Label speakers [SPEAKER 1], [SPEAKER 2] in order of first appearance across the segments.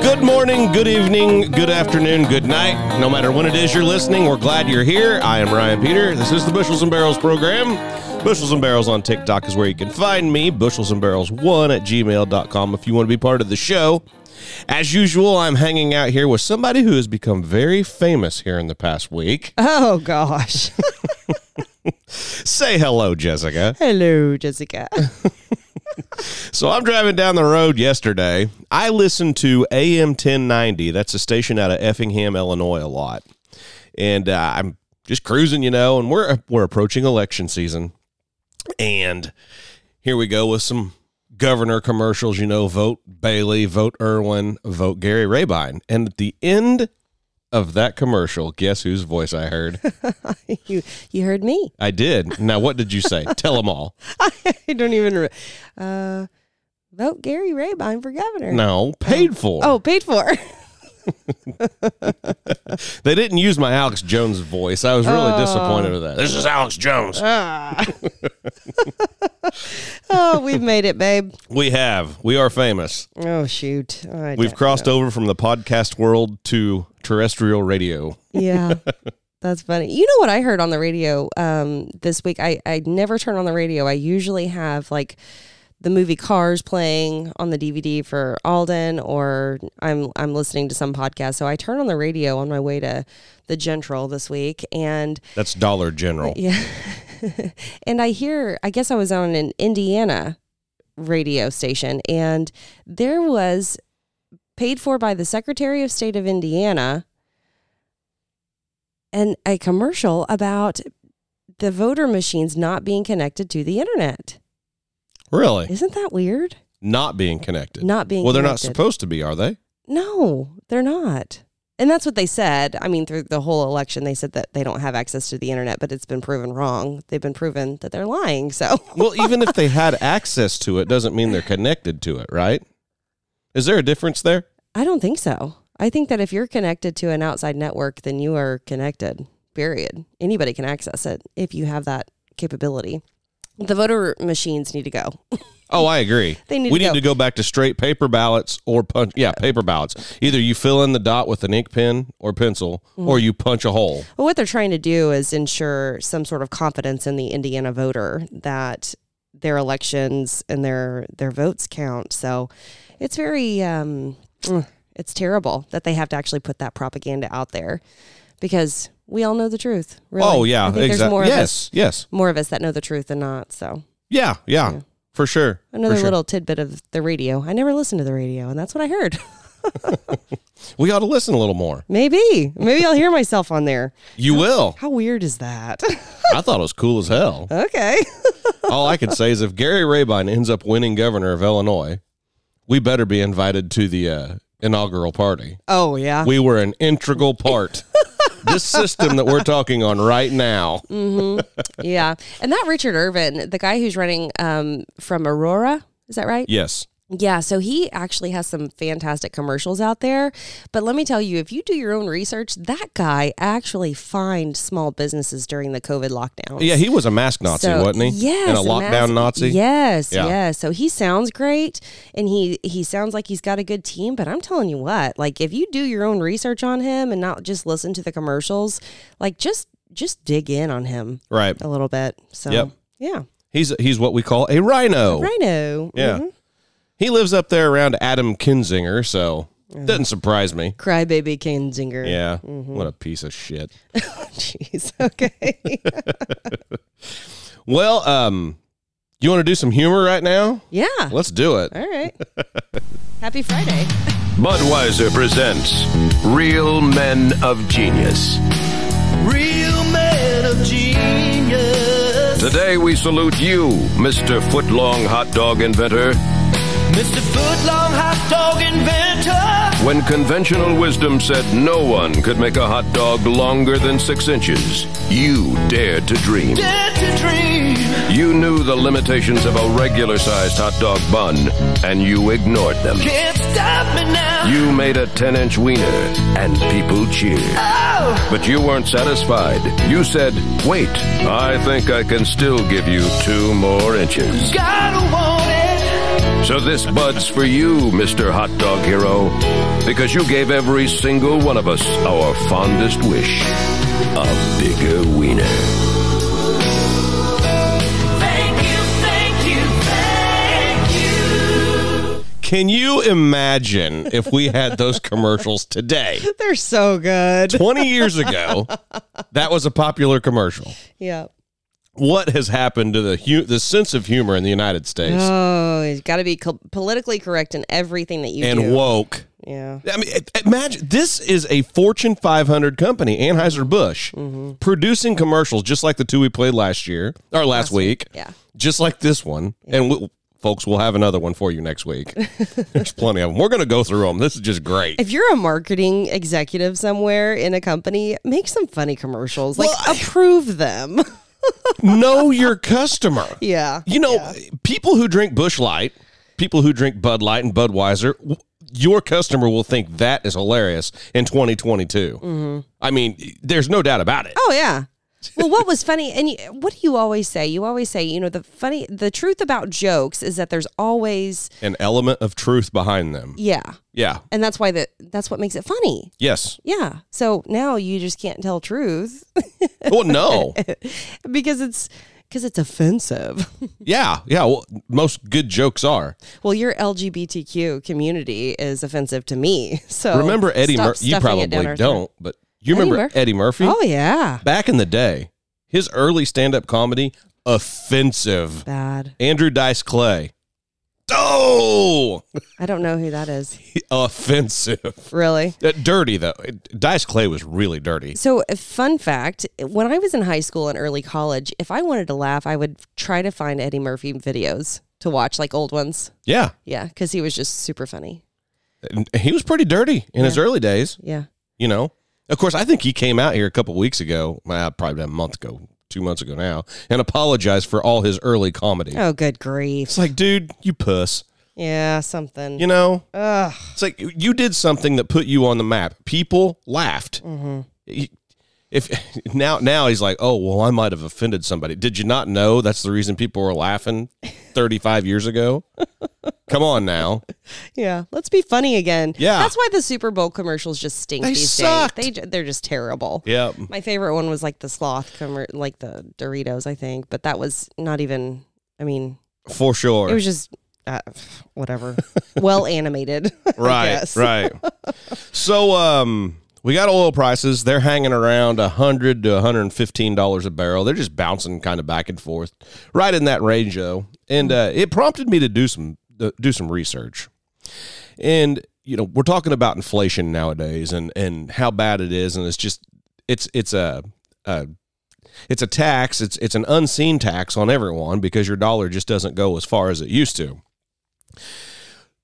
[SPEAKER 1] Good morning, good evening, good afternoon, good night. No matter when it is you're listening, we're glad you're here. I am Ryan Peter. This is the Bushels and Barrels program. Bushels and Barrels on TikTok is where you can find me. Bushels and Barrels1 at gmail.com if you want to be part of the show. As usual, I'm hanging out here with somebody who has become very famous here in the past week.
[SPEAKER 2] Oh gosh.
[SPEAKER 1] Say hello, Jessica.
[SPEAKER 2] Hello, Jessica.
[SPEAKER 1] So I'm driving down the road yesterday. I listened to AM 1090. That's a station out of Effingham, Illinois, a lot. And uh, I'm just cruising, you know. And we're we're approaching election season, and here we go with some governor commercials. You know, vote Bailey, vote Irwin, vote Gary Rabine. And at the end of that commercial, guess whose voice I heard?
[SPEAKER 2] you you heard me.
[SPEAKER 1] I did. Now, what did you say? Tell them all.
[SPEAKER 2] I don't even re- uh vote Gary Rabine for governor.
[SPEAKER 1] No, paid for.
[SPEAKER 2] Oh, paid for.
[SPEAKER 1] They didn't use my Alex Jones voice. I was really
[SPEAKER 2] Oh.
[SPEAKER 1] disappointed with that. This is Alex Jones.
[SPEAKER 2] Ah. oh, we've made it, babe.
[SPEAKER 1] We have. We are famous.
[SPEAKER 2] Oh shoot. I
[SPEAKER 1] We've
[SPEAKER 2] don't-
[SPEAKER 1] crossed over from the podcast world to terrestrial radio.
[SPEAKER 2] Yeah. That's funny. You know what I heard on the radio um, this week? I, I never turn on the radio. I usually have like the movie Cars playing on the DVD for Alden, or I'm I'm listening to some podcast. So I turn on the radio on my way to the Gentral this week, and
[SPEAKER 1] That's Dollar General.
[SPEAKER 2] yeah, and I hear. I guess I was on an Indiana radio station, and there was paid for by the Secretary of State of Indiana, and a commercial about the voter machines not being connected to the internet.
[SPEAKER 1] Really?
[SPEAKER 2] Isn't that weird?
[SPEAKER 1] Not being connected.
[SPEAKER 2] Not being
[SPEAKER 1] well, they're not
[SPEAKER 2] connected.
[SPEAKER 1] supposed to be, are they?
[SPEAKER 2] No, they're not. And that's what they said. I mean, through the whole election, they said that they don't have access to the internet, but it's been proven wrong. They've been proven that they're lying. So
[SPEAKER 1] Well, even if they had access to it, doesn't mean they're connected to it, right? Is there a difference there?
[SPEAKER 2] I don't think so. I think that if you're connected to an outside network, then you are connected, period. Anybody can access it if you have that capability. The voter machines need to go.
[SPEAKER 1] Oh, I agree.
[SPEAKER 2] They need
[SPEAKER 1] we
[SPEAKER 2] to
[SPEAKER 1] need
[SPEAKER 2] go.
[SPEAKER 1] to go back to straight paper ballots or punch. Yeah, paper ballots. Either you fill in the dot with an ink pen or pencil, or
[SPEAKER 2] Mm-hmm.
[SPEAKER 1] you punch a hole.
[SPEAKER 2] Well, what they're trying to do is ensure some sort of confidence in the Indiana voter that their elections and their their votes count. So it's very um, mm, it's terrible that they have to actually put that propaganda out there because we all know the truth. Really.
[SPEAKER 1] Oh, yeah,
[SPEAKER 2] I think there's
[SPEAKER 1] exactly.
[SPEAKER 2] more of us
[SPEAKER 1] Yes, yes.
[SPEAKER 2] more of us that know the truth than not. So
[SPEAKER 1] Yeah, yeah, for sure. for
[SPEAKER 2] another
[SPEAKER 1] sure.
[SPEAKER 2] little tidbit of the radio. I never listened to the radio, and that's what I heard.
[SPEAKER 1] We ought to listen a little more.
[SPEAKER 2] maybe maybe I'll hear myself on there.
[SPEAKER 1] You will.
[SPEAKER 2] How weird is that?
[SPEAKER 1] I thought it was cool as hell.
[SPEAKER 2] okay.
[SPEAKER 1] All I could say is if Gary Rabine ends up winning governor of Illinois, we better be invited to the uh, inaugural party.
[SPEAKER 2] Oh yeah.
[SPEAKER 1] We were an integral part. this system that we're talking on right now.
[SPEAKER 2] Mm. yeah. And that Richard Irvin, the guy who's running um, from Aurora, is that right?
[SPEAKER 1] Yes.
[SPEAKER 2] Yeah. So he actually has some fantastic commercials out there. But let me tell you, if you do your own research, that guy actually fined small businesses during the COVID lockdown.
[SPEAKER 1] Yeah, he was a mask Nazi,
[SPEAKER 2] So-
[SPEAKER 1] wasn't he?
[SPEAKER 2] Yes,
[SPEAKER 1] And a lockdown
[SPEAKER 2] mask-
[SPEAKER 1] Nazi.
[SPEAKER 2] Yes,
[SPEAKER 1] Yeah.
[SPEAKER 2] yes. So he sounds great, and he he sounds like he's got a good team. But I'm telling you what, like if you do your own research on him and not just listen to the commercials, like just just dig in on him
[SPEAKER 1] Right.
[SPEAKER 2] a little bit. So
[SPEAKER 1] Yep.
[SPEAKER 2] yeah,
[SPEAKER 1] He's he's what we call a rhino.
[SPEAKER 2] Rhino.
[SPEAKER 1] Yeah. He lives up there around Adam Kinzinger, so
[SPEAKER 2] Mm-hmm.
[SPEAKER 1] doesn't surprise me.
[SPEAKER 2] Crybaby Kinzinger.
[SPEAKER 1] Yeah.
[SPEAKER 2] Mm-hmm.
[SPEAKER 1] What a piece of shit.
[SPEAKER 2] Jeez. Okay.
[SPEAKER 1] Well, um, you want to do some humor right now?
[SPEAKER 2] yeah.
[SPEAKER 1] Let's do it.
[SPEAKER 2] All right. Happy Friday.
[SPEAKER 3] Budweiser presents Real Men of Genius.
[SPEAKER 4] Real man of genius.
[SPEAKER 3] Today we salute you, Mr. Footlong Hot Dog Inventor.
[SPEAKER 4] Mr. Footlong hot dog inventor.
[SPEAKER 3] When conventional wisdom said no one could make a hot dog longer than six inches, you dared to dream.
[SPEAKER 4] Dare to dream.
[SPEAKER 3] You knew the limitations of a regular sized hot dog bun, and you ignored them.
[SPEAKER 4] Can't stop me now.
[SPEAKER 3] You made a 10 inch wiener, and people cheered.
[SPEAKER 4] oh,
[SPEAKER 3] But you weren't satisfied. You said, wait, I think I can still give you two more inches.
[SPEAKER 4] gotta want it.
[SPEAKER 3] So this bud's for you, Mr. Hot Dog Hero, because you gave every single one of us our fondest wish a bigger wiener.
[SPEAKER 4] Thank you, thank you, thank you.
[SPEAKER 1] Can you imagine if we had those commercials today?
[SPEAKER 2] They're so good.
[SPEAKER 1] 20 years ago, that was a popular commercial.
[SPEAKER 2] Yeah.
[SPEAKER 1] What has happened to the hu- the sense of humor in the United States
[SPEAKER 2] Oh, you got to be co- politically correct in everything that you
[SPEAKER 1] and
[SPEAKER 2] do.
[SPEAKER 1] woke?
[SPEAKER 2] yeah.
[SPEAKER 1] I mean, i- imagine this is a Fortune 500 company, Anheuser Busch,
[SPEAKER 2] Mm-hmm.
[SPEAKER 1] producing commercials just like the two we played last year or last, week,
[SPEAKER 2] yeah.
[SPEAKER 1] just like this one. And we, folks, we'll have another one for you next week. There's plenty of them. We're going to go through them. This is just great.
[SPEAKER 2] If you're a marketing executive somewhere in a company, make some funny commercials. Like
[SPEAKER 1] Well, I-
[SPEAKER 2] approve them.
[SPEAKER 1] know your customer.
[SPEAKER 2] yeah.
[SPEAKER 1] You know, people who drink Bush Light, people who drink Bud Light and Budweiser, w- your customer will think that is hilarious in 2022. I mean, there's no doubt about it.
[SPEAKER 2] Mm-hmm. Oh yeah. Well, what was funny, and you, what do you always say? You always say, you know, the funny, the truth about jokes is that there's always,
[SPEAKER 1] An element of truth behind them.
[SPEAKER 2] yeah,
[SPEAKER 1] Yeah.
[SPEAKER 2] and that's why that that's what makes it funny.
[SPEAKER 1] Yes.
[SPEAKER 2] Yeah. So now you just can't tell truth
[SPEAKER 1] Well, no.
[SPEAKER 2] because it's because it's offensive.
[SPEAKER 1] Yeah. Yeah. Well, most good jokes are.
[SPEAKER 2] well, your LGBTQ community is offensive to me. So
[SPEAKER 1] remember Eddie
[SPEAKER 2] Oh, stop
[SPEAKER 1] Murphy? You
[SPEAKER 2] stuffing
[SPEAKER 1] probably
[SPEAKER 2] it down our
[SPEAKER 1] don't,
[SPEAKER 2] throat.
[SPEAKER 1] but you
[SPEAKER 2] Eddie
[SPEAKER 1] remember
[SPEAKER 2] Murphy?
[SPEAKER 1] Eddie Murphy?
[SPEAKER 2] Oh yeah,
[SPEAKER 1] Back in the day, his early stand up comedy, offensive.
[SPEAKER 2] bad.
[SPEAKER 1] Andrew Dice Clay. Oh!
[SPEAKER 2] I don't know who that is
[SPEAKER 1] offensive.
[SPEAKER 2] really.
[SPEAKER 1] Uh, Dirty though. Dice Clay was really dirty.
[SPEAKER 2] So, a fun fact when I was in high school and early college, if I wanted to laugh, I would try to find Eddie Murphy videos to watch, like old ones.
[SPEAKER 1] Yeah,
[SPEAKER 2] Yeah, because he was just super funny.
[SPEAKER 1] And he was pretty dirty in his early days.
[SPEAKER 2] Yeah.
[SPEAKER 1] You know. Of course, I think he came out here a couple weeks ago. Well, uh, probably a month ago, two months ago now, and apologized for all his early comedy.
[SPEAKER 2] Oh, good grief.
[SPEAKER 1] It's like, dude, you puss.
[SPEAKER 2] Yeah, something.
[SPEAKER 1] You know.
[SPEAKER 2] Ugh.
[SPEAKER 1] It's like you did something that put you on the map. People laughed.
[SPEAKER 2] Mm-hmm.
[SPEAKER 1] He- If now now he's like, oh well, I might have offended somebody. Did you not know that's the reason people were laughing thirty five years ago? Come on now,
[SPEAKER 2] Yeah, let's be funny again.
[SPEAKER 1] Yeah.
[SPEAKER 2] that's why the Super Bowl commercials just stink
[SPEAKER 1] They
[SPEAKER 2] these
[SPEAKER 1] sucked.
[SPEAKER 2] days. They ju- they're just terrible.
[SPEAKER 1] yeah.
[SPEAKER 2] My favorite one was like the sloth, commer like the Doritos, I think, but that was not even. I mean,
[SPEAKER 1] For sure.
[SPEAKER 2] it was just uh, whatever. well animated, I
[SPEAKER 1] right,
[SPEAKER 2] guess.
[SPEAKER 1] right. So um we got oil prices. They're hanging around a hundred to hundred and fifteen dollars a barrel. They're just bouncing kind of back and forth, right in that range, though. And
[SPEAKER 2] Mm-hmm.
[SPEAKER 1] uh, it prompted me to do some uh, do some research. And you know, we're talking about inflation nowadays, and and how bad it is, and it's just it's it's a, a it's a tax. It's it's an unseen tax on everyone because your dollar just doesn't go as far as it used to.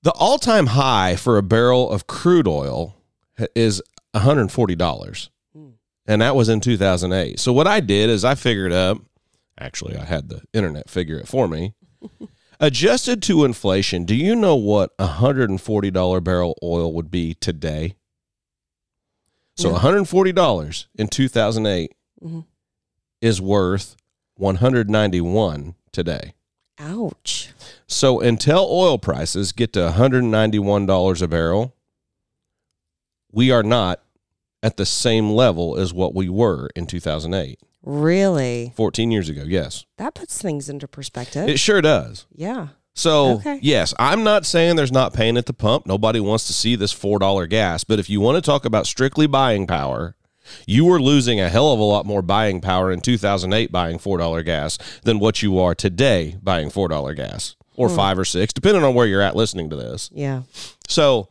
[SPEAKER 1] The all time high for a barrel of crude oil is $140. And that was in 2008. So, what I did is I figured up, actually, I had the internet figure it for me. Adjusted to inflation, do you know what a $140 barrel oil would be today? So, $140 in 2008 is worth 191 today.
[SPEAKER 2] Ouch.
[SPEAKER 1] So until oil prices get to $191 a barrel, we are not at the same level as what we were in 2008,
[SPEAKER 2] Really,
[SPEAKER 1] 14 years ago. Yes,
[SPEAKER 2] that puts things into perspective.
[SPEAKER 1] it sure does.
[SPEAKER 2] yeah.
[SPEAKER 1] So,
[SPEAKER 2] Okay.
[SPEAKER 1] yes, I'm not saying there's not pain at the pump. Nobody wants to see this $4 gas. But if you want to talk about strictly buying power, you were losing a hell of a lot more buying power in 2008 buying $4 gas than what you are today buying $4 gas or 5 or 6 depending on where you're at listening to this.
[SPEAKER 2] Yeah.
[SPEAKER 1] So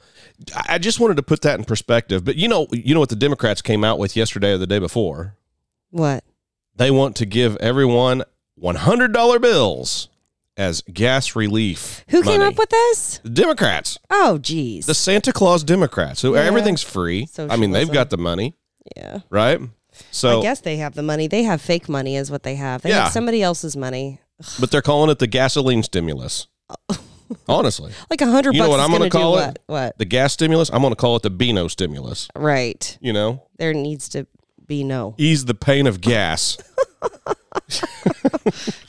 [SPEAKER 1] I I just wanted to put that in perspective. But you know, you know what the Democrats came out with yesterday or the day before?
[SPEAKER 2] What?
[SPEAKER 1] They want to give everyone $100 bills as gas relief.
[SPEAKER 2] Who came
[SPEAKER 1] money.
[SPEAKER 2] up with this?
[SPEAKER 1] The Democrats,
[SPEAKER 2] Oh, geez.
[SPEAKER 1] the Santa Claus Democrats. So
[SPEAKER 2] Yeah.
[SPEAKER 1] everything's free. I mean, they've
[SPEAKER 2] Socialism.
[SPEAKER 1] got the money,
[SPEAKER 2] yeah.
[SPEAKER 1] right?
[SPEAKER 2] I
[SPEAKER 1] So,
[SPEAKER 2] guess they have the money. They have fake money, is what they have. They
[SPEAKER 1] Oh. Yeah.
[SPEAKER 2] have somebody else's money.
[SPEAKER 1] but they're calling it the gasoline stimulus. Honestly,
[SPEAKER 2] Like a hundred bucks.
[SPEAKER 1] You know what
[SPEAKER 2] is
[SPEAKER 1] I'm gonna
[SPEAKER 2] gonna do
[SPEAKER 1] call
[SPEAKER 2] what?
[SPEAKER 1] it?
[SPEAKER 2] What?
[SPEAKER 1] the gas stimulus, I'm going to call it the Beano stimulus,
[SPEAKER 2] Right.
[SPEAKER 1] you know?
[SPEAKER 2] There needs to be no.
[SPEAKER 1] Ease the pain of gas.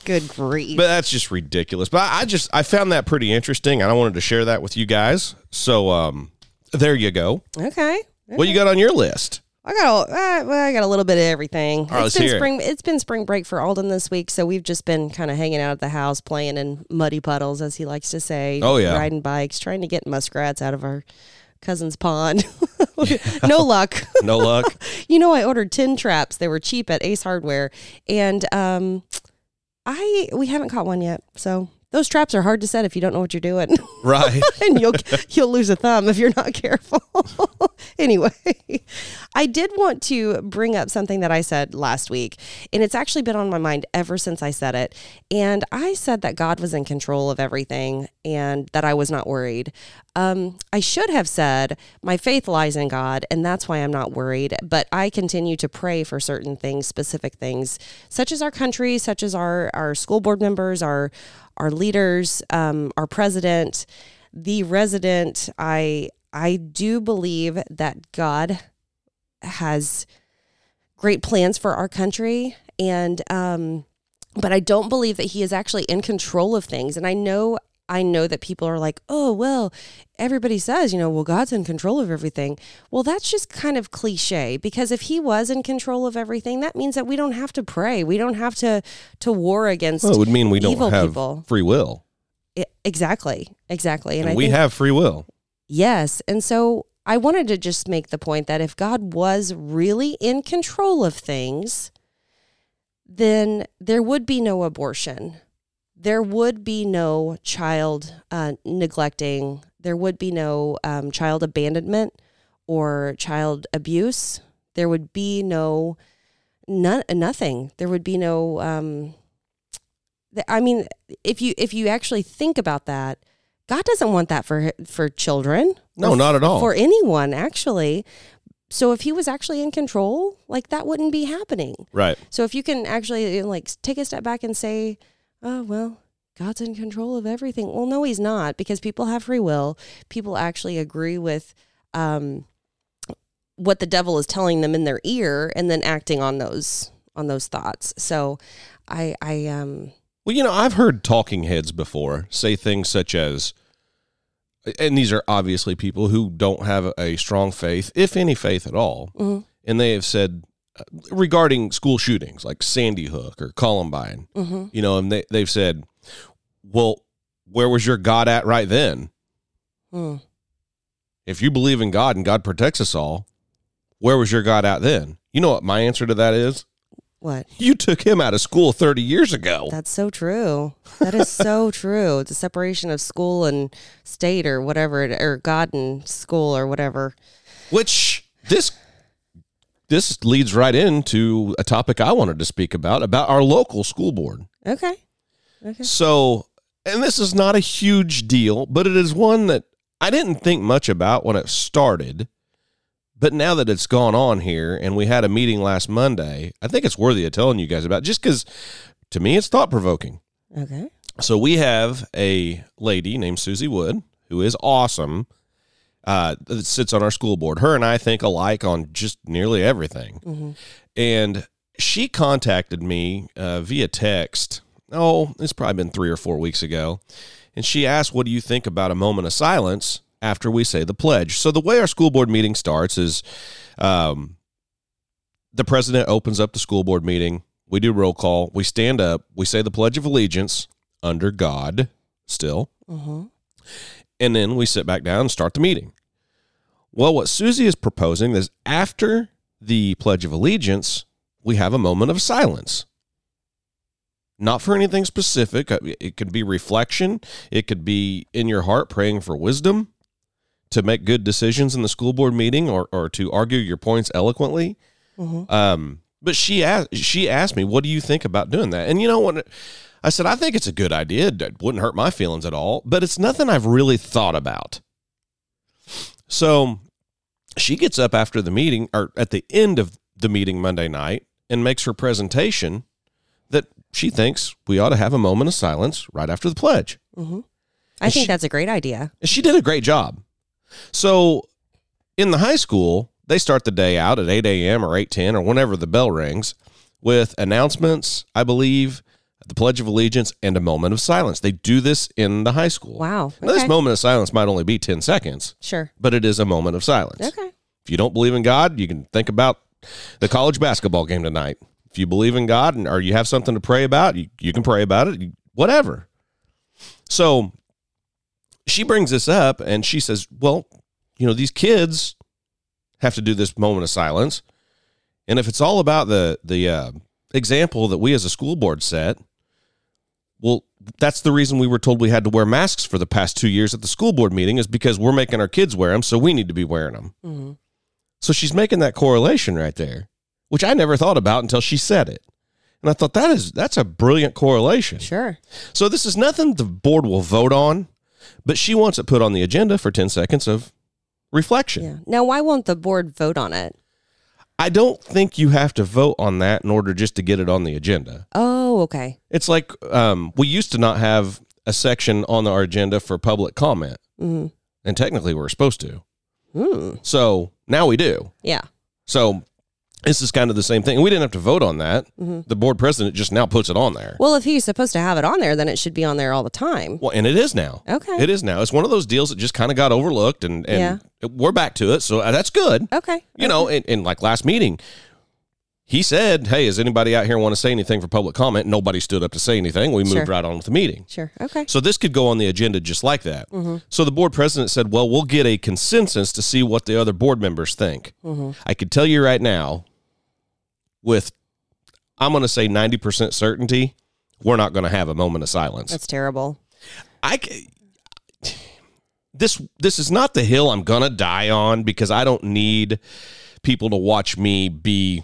[SPEAKER 2] Good grief.
[SPEAKER 1] But that's just ridiculous. But I I just I found that pretty interesting, and I wanted to share that with you guys. So um, there you go.
[SPEAKER 2] okay.
[SPEAKER 1] What you got on your list?
[SPEAKER 2] I got a, uh, well, I got a little bit of everything.
[SPEAKER 1] right, let's
[SPEAKER 2] it's been
[SPEAKER 1] hear it.
[SPEAKER 2] spring. It. has been spring break for Alden this week, so we've just been kind of hanging out at the house, playing in muddy puddles, as he likes to say.
[SPEAKER 1] Oh, yeah.
[SPEAKER 2] riding bikes, trying to get muskrats out of our cousin's pond. no luck.
[SPEAKER 1] No luck.
[SPEAKER 2] you know, I ordered tin traps. They were cheap at Ace Hardware, and um, I we haven't caught one yet. So those traps are hard to set if you don't know what you're doing.
[SPEAKER 1] right.
[SPEAKER 2] and you'll you'll lose a thumb if you're not careful. anyway, I did want to bring up something that I said last week, and it's actually been on my mind ever since I said it. And I said that God was in control of everything, and that I was not worried. Um, I should have said my faith lies in God, and that's why I'm not worried. But I continue to pray for certain things, specific things, such as our country, such as our our school board members, our our leaders, um, our president, the resident. I I do believe that God has great plans for our country, and um, but I don't believe that He is actually in control of things. And I know I know that people are like, oh well, everybody says you know, well God's in control of everything. Well, that's just kind of cliche because if He was in control of everything, that means that we don't have to pray, we don't have to to war against.
[SPEAKER 1] Well, it would mean we don't
[SPEAKER 2] evil
[SPEAKER 1] have
[SPEAKER 2] people.
[SPEAKER 1] free will.
[SPEAKER 2] I- exactly, exactly. And,
[SPEAKER 1] And
[SPEAKER 2] I
[SPEAKER 1] we
[SPEAKER 2] think,
[SPEAKER 1] have free will.
[SPEAKER 2] yes. And so I wanted to just make the point that if God was really in control of things, then there would be no abortion. There would be no child uh, neglecting. There would be no um, child abandonment or child abuse. There would be no, no nothing. There would be no. Um, th- I mean, if you if you actually think about that, God doesn't want that for for children.
[SPEAKER 1] No,
[SPEAKER 2] Or
[SPEAKER 1] not at all.
[SPEAKER 2] for anyone actually. So if he was actually in control, like that wouldn't be happening.
[SPEAKER 1] Right.
[SPEAKER 2] So if you can actually you know, like take a step back and say, "Oh well, God's in control of everything." Well, no, He's not because people have free will. People actually agree with um, what the devil is telling them in their ear, and then acting on those on those thoughts. So, I I um
[SPEAKER 1] Well, you know, I've heard talking heads before say things such as, and these are obviously people who don't have a strong faith, if any faith at all, and they have said uh, regarding school shootings like Sandy Hook or Columbine, you know, and they, they've said, well, where was your God at right then?
[SPEAKER 2] hmm,
[SPEAKER 1] If you believe in God and God protects us all, where was your God at then? You know what my answer to that is?
[SPEAKER 2] what?
[SPEAKER 1] You took him out of school 30 years ago.
[SPEAKER 2] That's so true. That is so true. The separation of school and state, or whatever, it- or God and school, or whatever.
[SPEAKER 1] which this this leads right into a topic I wanted to speak about about our local school board.
[SPEAKER 2] Okay.
[SPEAKER 1] So, and this is not a huge deal, but it is one that I didn't think much about when it started. But now that it's gone on here and we had a meeting last Monday, I think it's worthy of telling you guys about just cuz to me it's thought provoking.
[SPEAKER 2] Okay.
[SPEAKER 1] So we have a lady named Susie Wood who is awesome. Uh, that sits on our school board. Her and I think alike on just nearly everything. And she contacted me uh, via text. Oh, it's probably been three or four weeks ago. And she asked, What do you think about a moment of silence after we say the pledge? So, the way our school board meeting starts is um, the president opens up the school board meeting. We do roll call. We stand up. We say the Pledge of Allegiance under God, still.
[SPEAKER 2] Mm-hmm.
[SPEAKER 1] And then we sit back down and start the meeting. Well, what Susie is proposing is after the Pledge of Allegiance, we have a moment of silence. Not for anything specific. I- It could be reflection, it could be in your heart praying for wisdom to make good decisions in the school board meeting or, or to argue your points eloquently.
[SPEAKER 2] Mhm.
[SPEAKER 1] Um, but she asked, she asked me, what do you think about doing that? And you know what? I said, I think it's a good idea. It wouldn't hurt my feelings at all, but it's nothing I've really thought about. So she gets up after the meeting or at the end of the meeting Monday night and makes her presentation that she thinks we ought to have a moment of silence right after the pledge.
[SPEAKER 2] I think
[SPEAKER 1] she-
[SPEAKER 2] that's a great idea.
[SPEAKER 1] And she did a great job. So in the high school, they start the day out at 8 a.m. or 8.10 or whenever the bell rings. with announcements, I believe, the Pledge of Allegiance, and a moment of silence. They do this in the high school.
[SPEAKER 2] Wow,
[SPEAKER 1] Now, this
[SPEAKER 2] okay.
[SPEAKER 1] moment of silence might only be 10 seconds,
[SPEAKER 2] Sure.
[SPEAKER 1] but it is a moment of silence.
[SPEAKER 2] Okay.
[SPEAKER 1] If you don't believe in God, you can think about the college basketball game tonight. If you believe in God and or you have something to pray about, you, you can pray about it, you- whatever. So she brings this up and she says, Well, you know, these kids have to do this moment of silence. And if it's all about the the uh, example that we as a school board set, well, that's the reason we were told we had to wear masks for the past two years at the school board meeting is because we're making our kids wear them, so we need to be wearing them.
[SPEAKER 2] Mhm.
[SPEAKER 1] So she's making that correlation right there, which I never thought about until she said it. And I thought that is that's a brilliant correlation.
[SPEAKER 2] Sure.
[SPEAKER 1] So this is nothing the board will vote on, but she wants it put on the agenda for 10 seconds of reflection.
[SPEAKER 2] Yeah. Now, why won't the board vote on it?
[SPEAKER 1] I don't think you have to vote on that in order just to get it on the agenda.
[SPEAKER 2] Oh, okay.
[SPEAKER 1] It's like um, we used to not have a section on our agenda for public comment,
[SPEAKER 2] hmm
[SPEAKER 1] and technically we are supposed to.
[SPEAKER 2] Hmm.
[SPEAKER 1] So now we do.
[SPEAKER 2] Yeah.
[SPEAKER 1] So this is kind of the same thing. And we didn't have to vote on that.
[SPEAKER 2] Mhm.
[SPEAKER 1] The board president just now puts it on there.
[SPEAKER 2] Well, if he's supposed to have it on there, then it should be on there all the time.
[SPEAKER 1] Well, and it is now.
[SPEAKER 2] Okay.
[SPEAKER 1] It is now. It's one of those deals that just kind of got overlooked, and, and we're back to it. So uh, that's good.
[SPEAKER 2] Okay.
[SPEAKER 1] You know, and, and like last meeting, he said, Hey, is anybody out here want to say anything for public comment? Nobody stood up to say anything. We moved
[SPEAKER 2] Sure.
[SPEAKER 1] right on with the meeting.
[SPEAKER 2] Sure. Okay.
[SPEAKER 1] So this could go on the agenda just like that.
[SPEAKER 2] Mm-hmm.
[SPEAKER 1] So the board president said, "Well, we'll get a consensus to see what the other board members think."
[SPEAKER 2] Mm-hmm.
[SPEAKER 1] I could tell you right now, with I'm going to say ninety percent certainty, we're not going to have a moment of silence.
[SPEAKER 2] That's terrible.
[SPEAKER 1] I ca- this this is not the hill I'm gonna die on because I don't need people to watch me be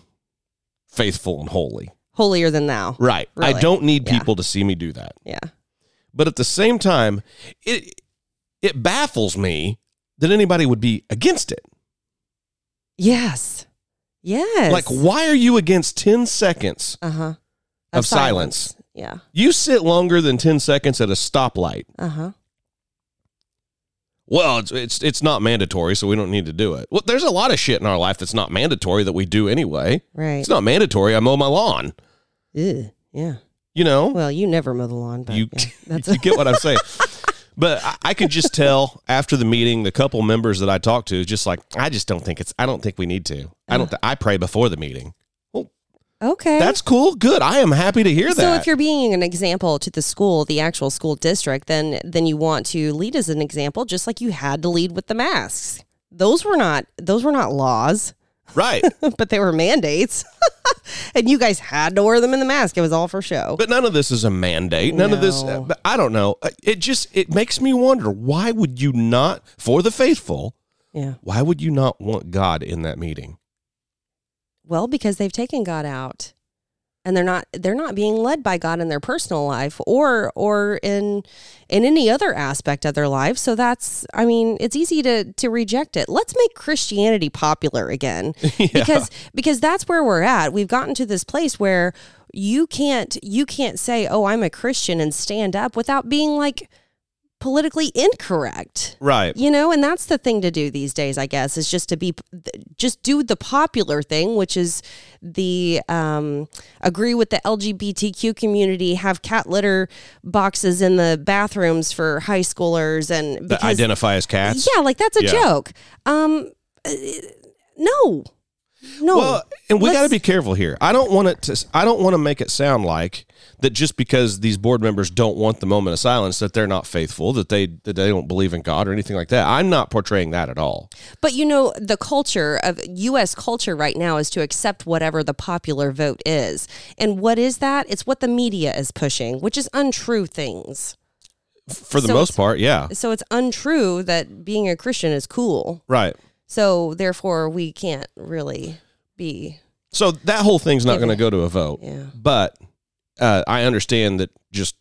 [SPEAKER 1] faithful and holy.
[SPEAKER 2] Holier than thou.
[SPEAKER 1] Right. I
[SPEAKER 2] Really?
[SPEAKER 1] don't need
[SPEAKER 2] Yeah.
[SPEAKER 1] people to see me do that.
[SPEAKER 2] Yeah.
[SPEAKER 1] But at the same time, it it baffles me that anybody would be against it.
[SPEAKER 2] Yes. Yes.
[SPEAKER 1] Like why are you against 10 seconds?
[SPEAKER 2] Uh huh.
[SPEAKER 1] Of silence.
[SPEAKER 2] Yeah.
[SPEAKER 1] You sit longer than 10 seconds at a stoplight.
[SPEAKER 2] Uh huh.
[SPEAKER 1] Well, it's, it's it's not mandatory, so we don't need to do it. Well, there's a lot of shit in our life that's not mandatory that we do anyway.
[SPEAKER 2] Right.
[SPEAKER 1] It's not mandatory. I mow my lawn.
[SPEAKER 2] Ew. Yeah.
[SPEAKER 1] You know,
[SPEAKER 2] Well, you never mow the lawn, but
[SPEAKER 1] you
[SPEAKER 2] yeah, that's
[SPEAKER 1] you get what I'm saying. But I, I could just tell after the meeting, the couple members that I talked to, just like I just don't think it's. I don't think we need to. I don't. Th- I pray before the meeting.
[SPEAKER 2] okay.
[SPEAKER 1] That's cool. Good. I am happy to hear
[SPEAKER 2] So
[SPEAKER 1] that.
[SPEAKER 2] if you're being an example to the school, the actual school district, then then you want to lead as an example, just like you had to lead with the masks. Those were not those were not laws,
[SPEAKER 1] right,
[SPEAKER 2] but they were mandates. and you guys had to wear them in the mask. It was all for show.
[SPEAKER 1] but none of this is a mandate. None of this.
[SPEAKER 2] No.
[SPEAKER 1] but I don't know. Uh, It just it makes me wonder why would you not for the faithful?
[SPEAKER 2] yeah.
[SPEAKER 1] Why would you not want God in that meeting?
[SPEAKER 2] Well, because they've taken God out. And they're not they're not being led by God in their personal life or or in in any other aspect of their life. So that's I mean, it's easy to to reject it. Let's make Christianity popular again. Because because that's where we're at. We've gotten to this place where you can't you can't say, "Oh, I'm a Christian" and stand up without being like politically incorrect
[SPEAKER 1] Right.
[SPEAKER 2] you know and that's the thing to do these days i guess is just to be just do the popular thing which is the um, agree with the lgbtq community have cat litter boxes in the bathrooms for high schoolers and
[SPEAKER 1] That identify as cats.
[SPEAKER 2] yeah like that's a
[SPEAKER 1] Yeah.
[SPEAKER 2] joke um uh, no no
[SPEAKER 1] Well, and we
[SPEAKER 2] Let's-
[SPEAKER 1] got to be careful here. I don't want it to. I don't want to make it sound like that just because these board members don't want the moment of silence that they're not faithful, that they that they don't believe in God or anything like that. I'm not portraying that at all.
[SPEAKER 2] But you know, the culture of US culture right now is to accept whatever the popular vote is. And what is that? It's what the media is pushing, which is untrue things.
[SPEAKER 1] For the
[SPEAKER 2] So
[SPEAKER 1] most
[SPEAKER 2] it's-
[SPEAKER 1] part, yeah,
[SPEAKER 2] So it's untrue that being a Christian is cool.
[SPEAKER 1] right.
[SPEAKER 2] So therefore, we can't really be.
[SPEAKER 1] So that whole thing's not
[SPEAKER 2] Yeah.
[SPEAKER 1] going to go to a vote.
[SPEAKER 2] Yeah.
[SPEAKER 1] But uh, I understand that just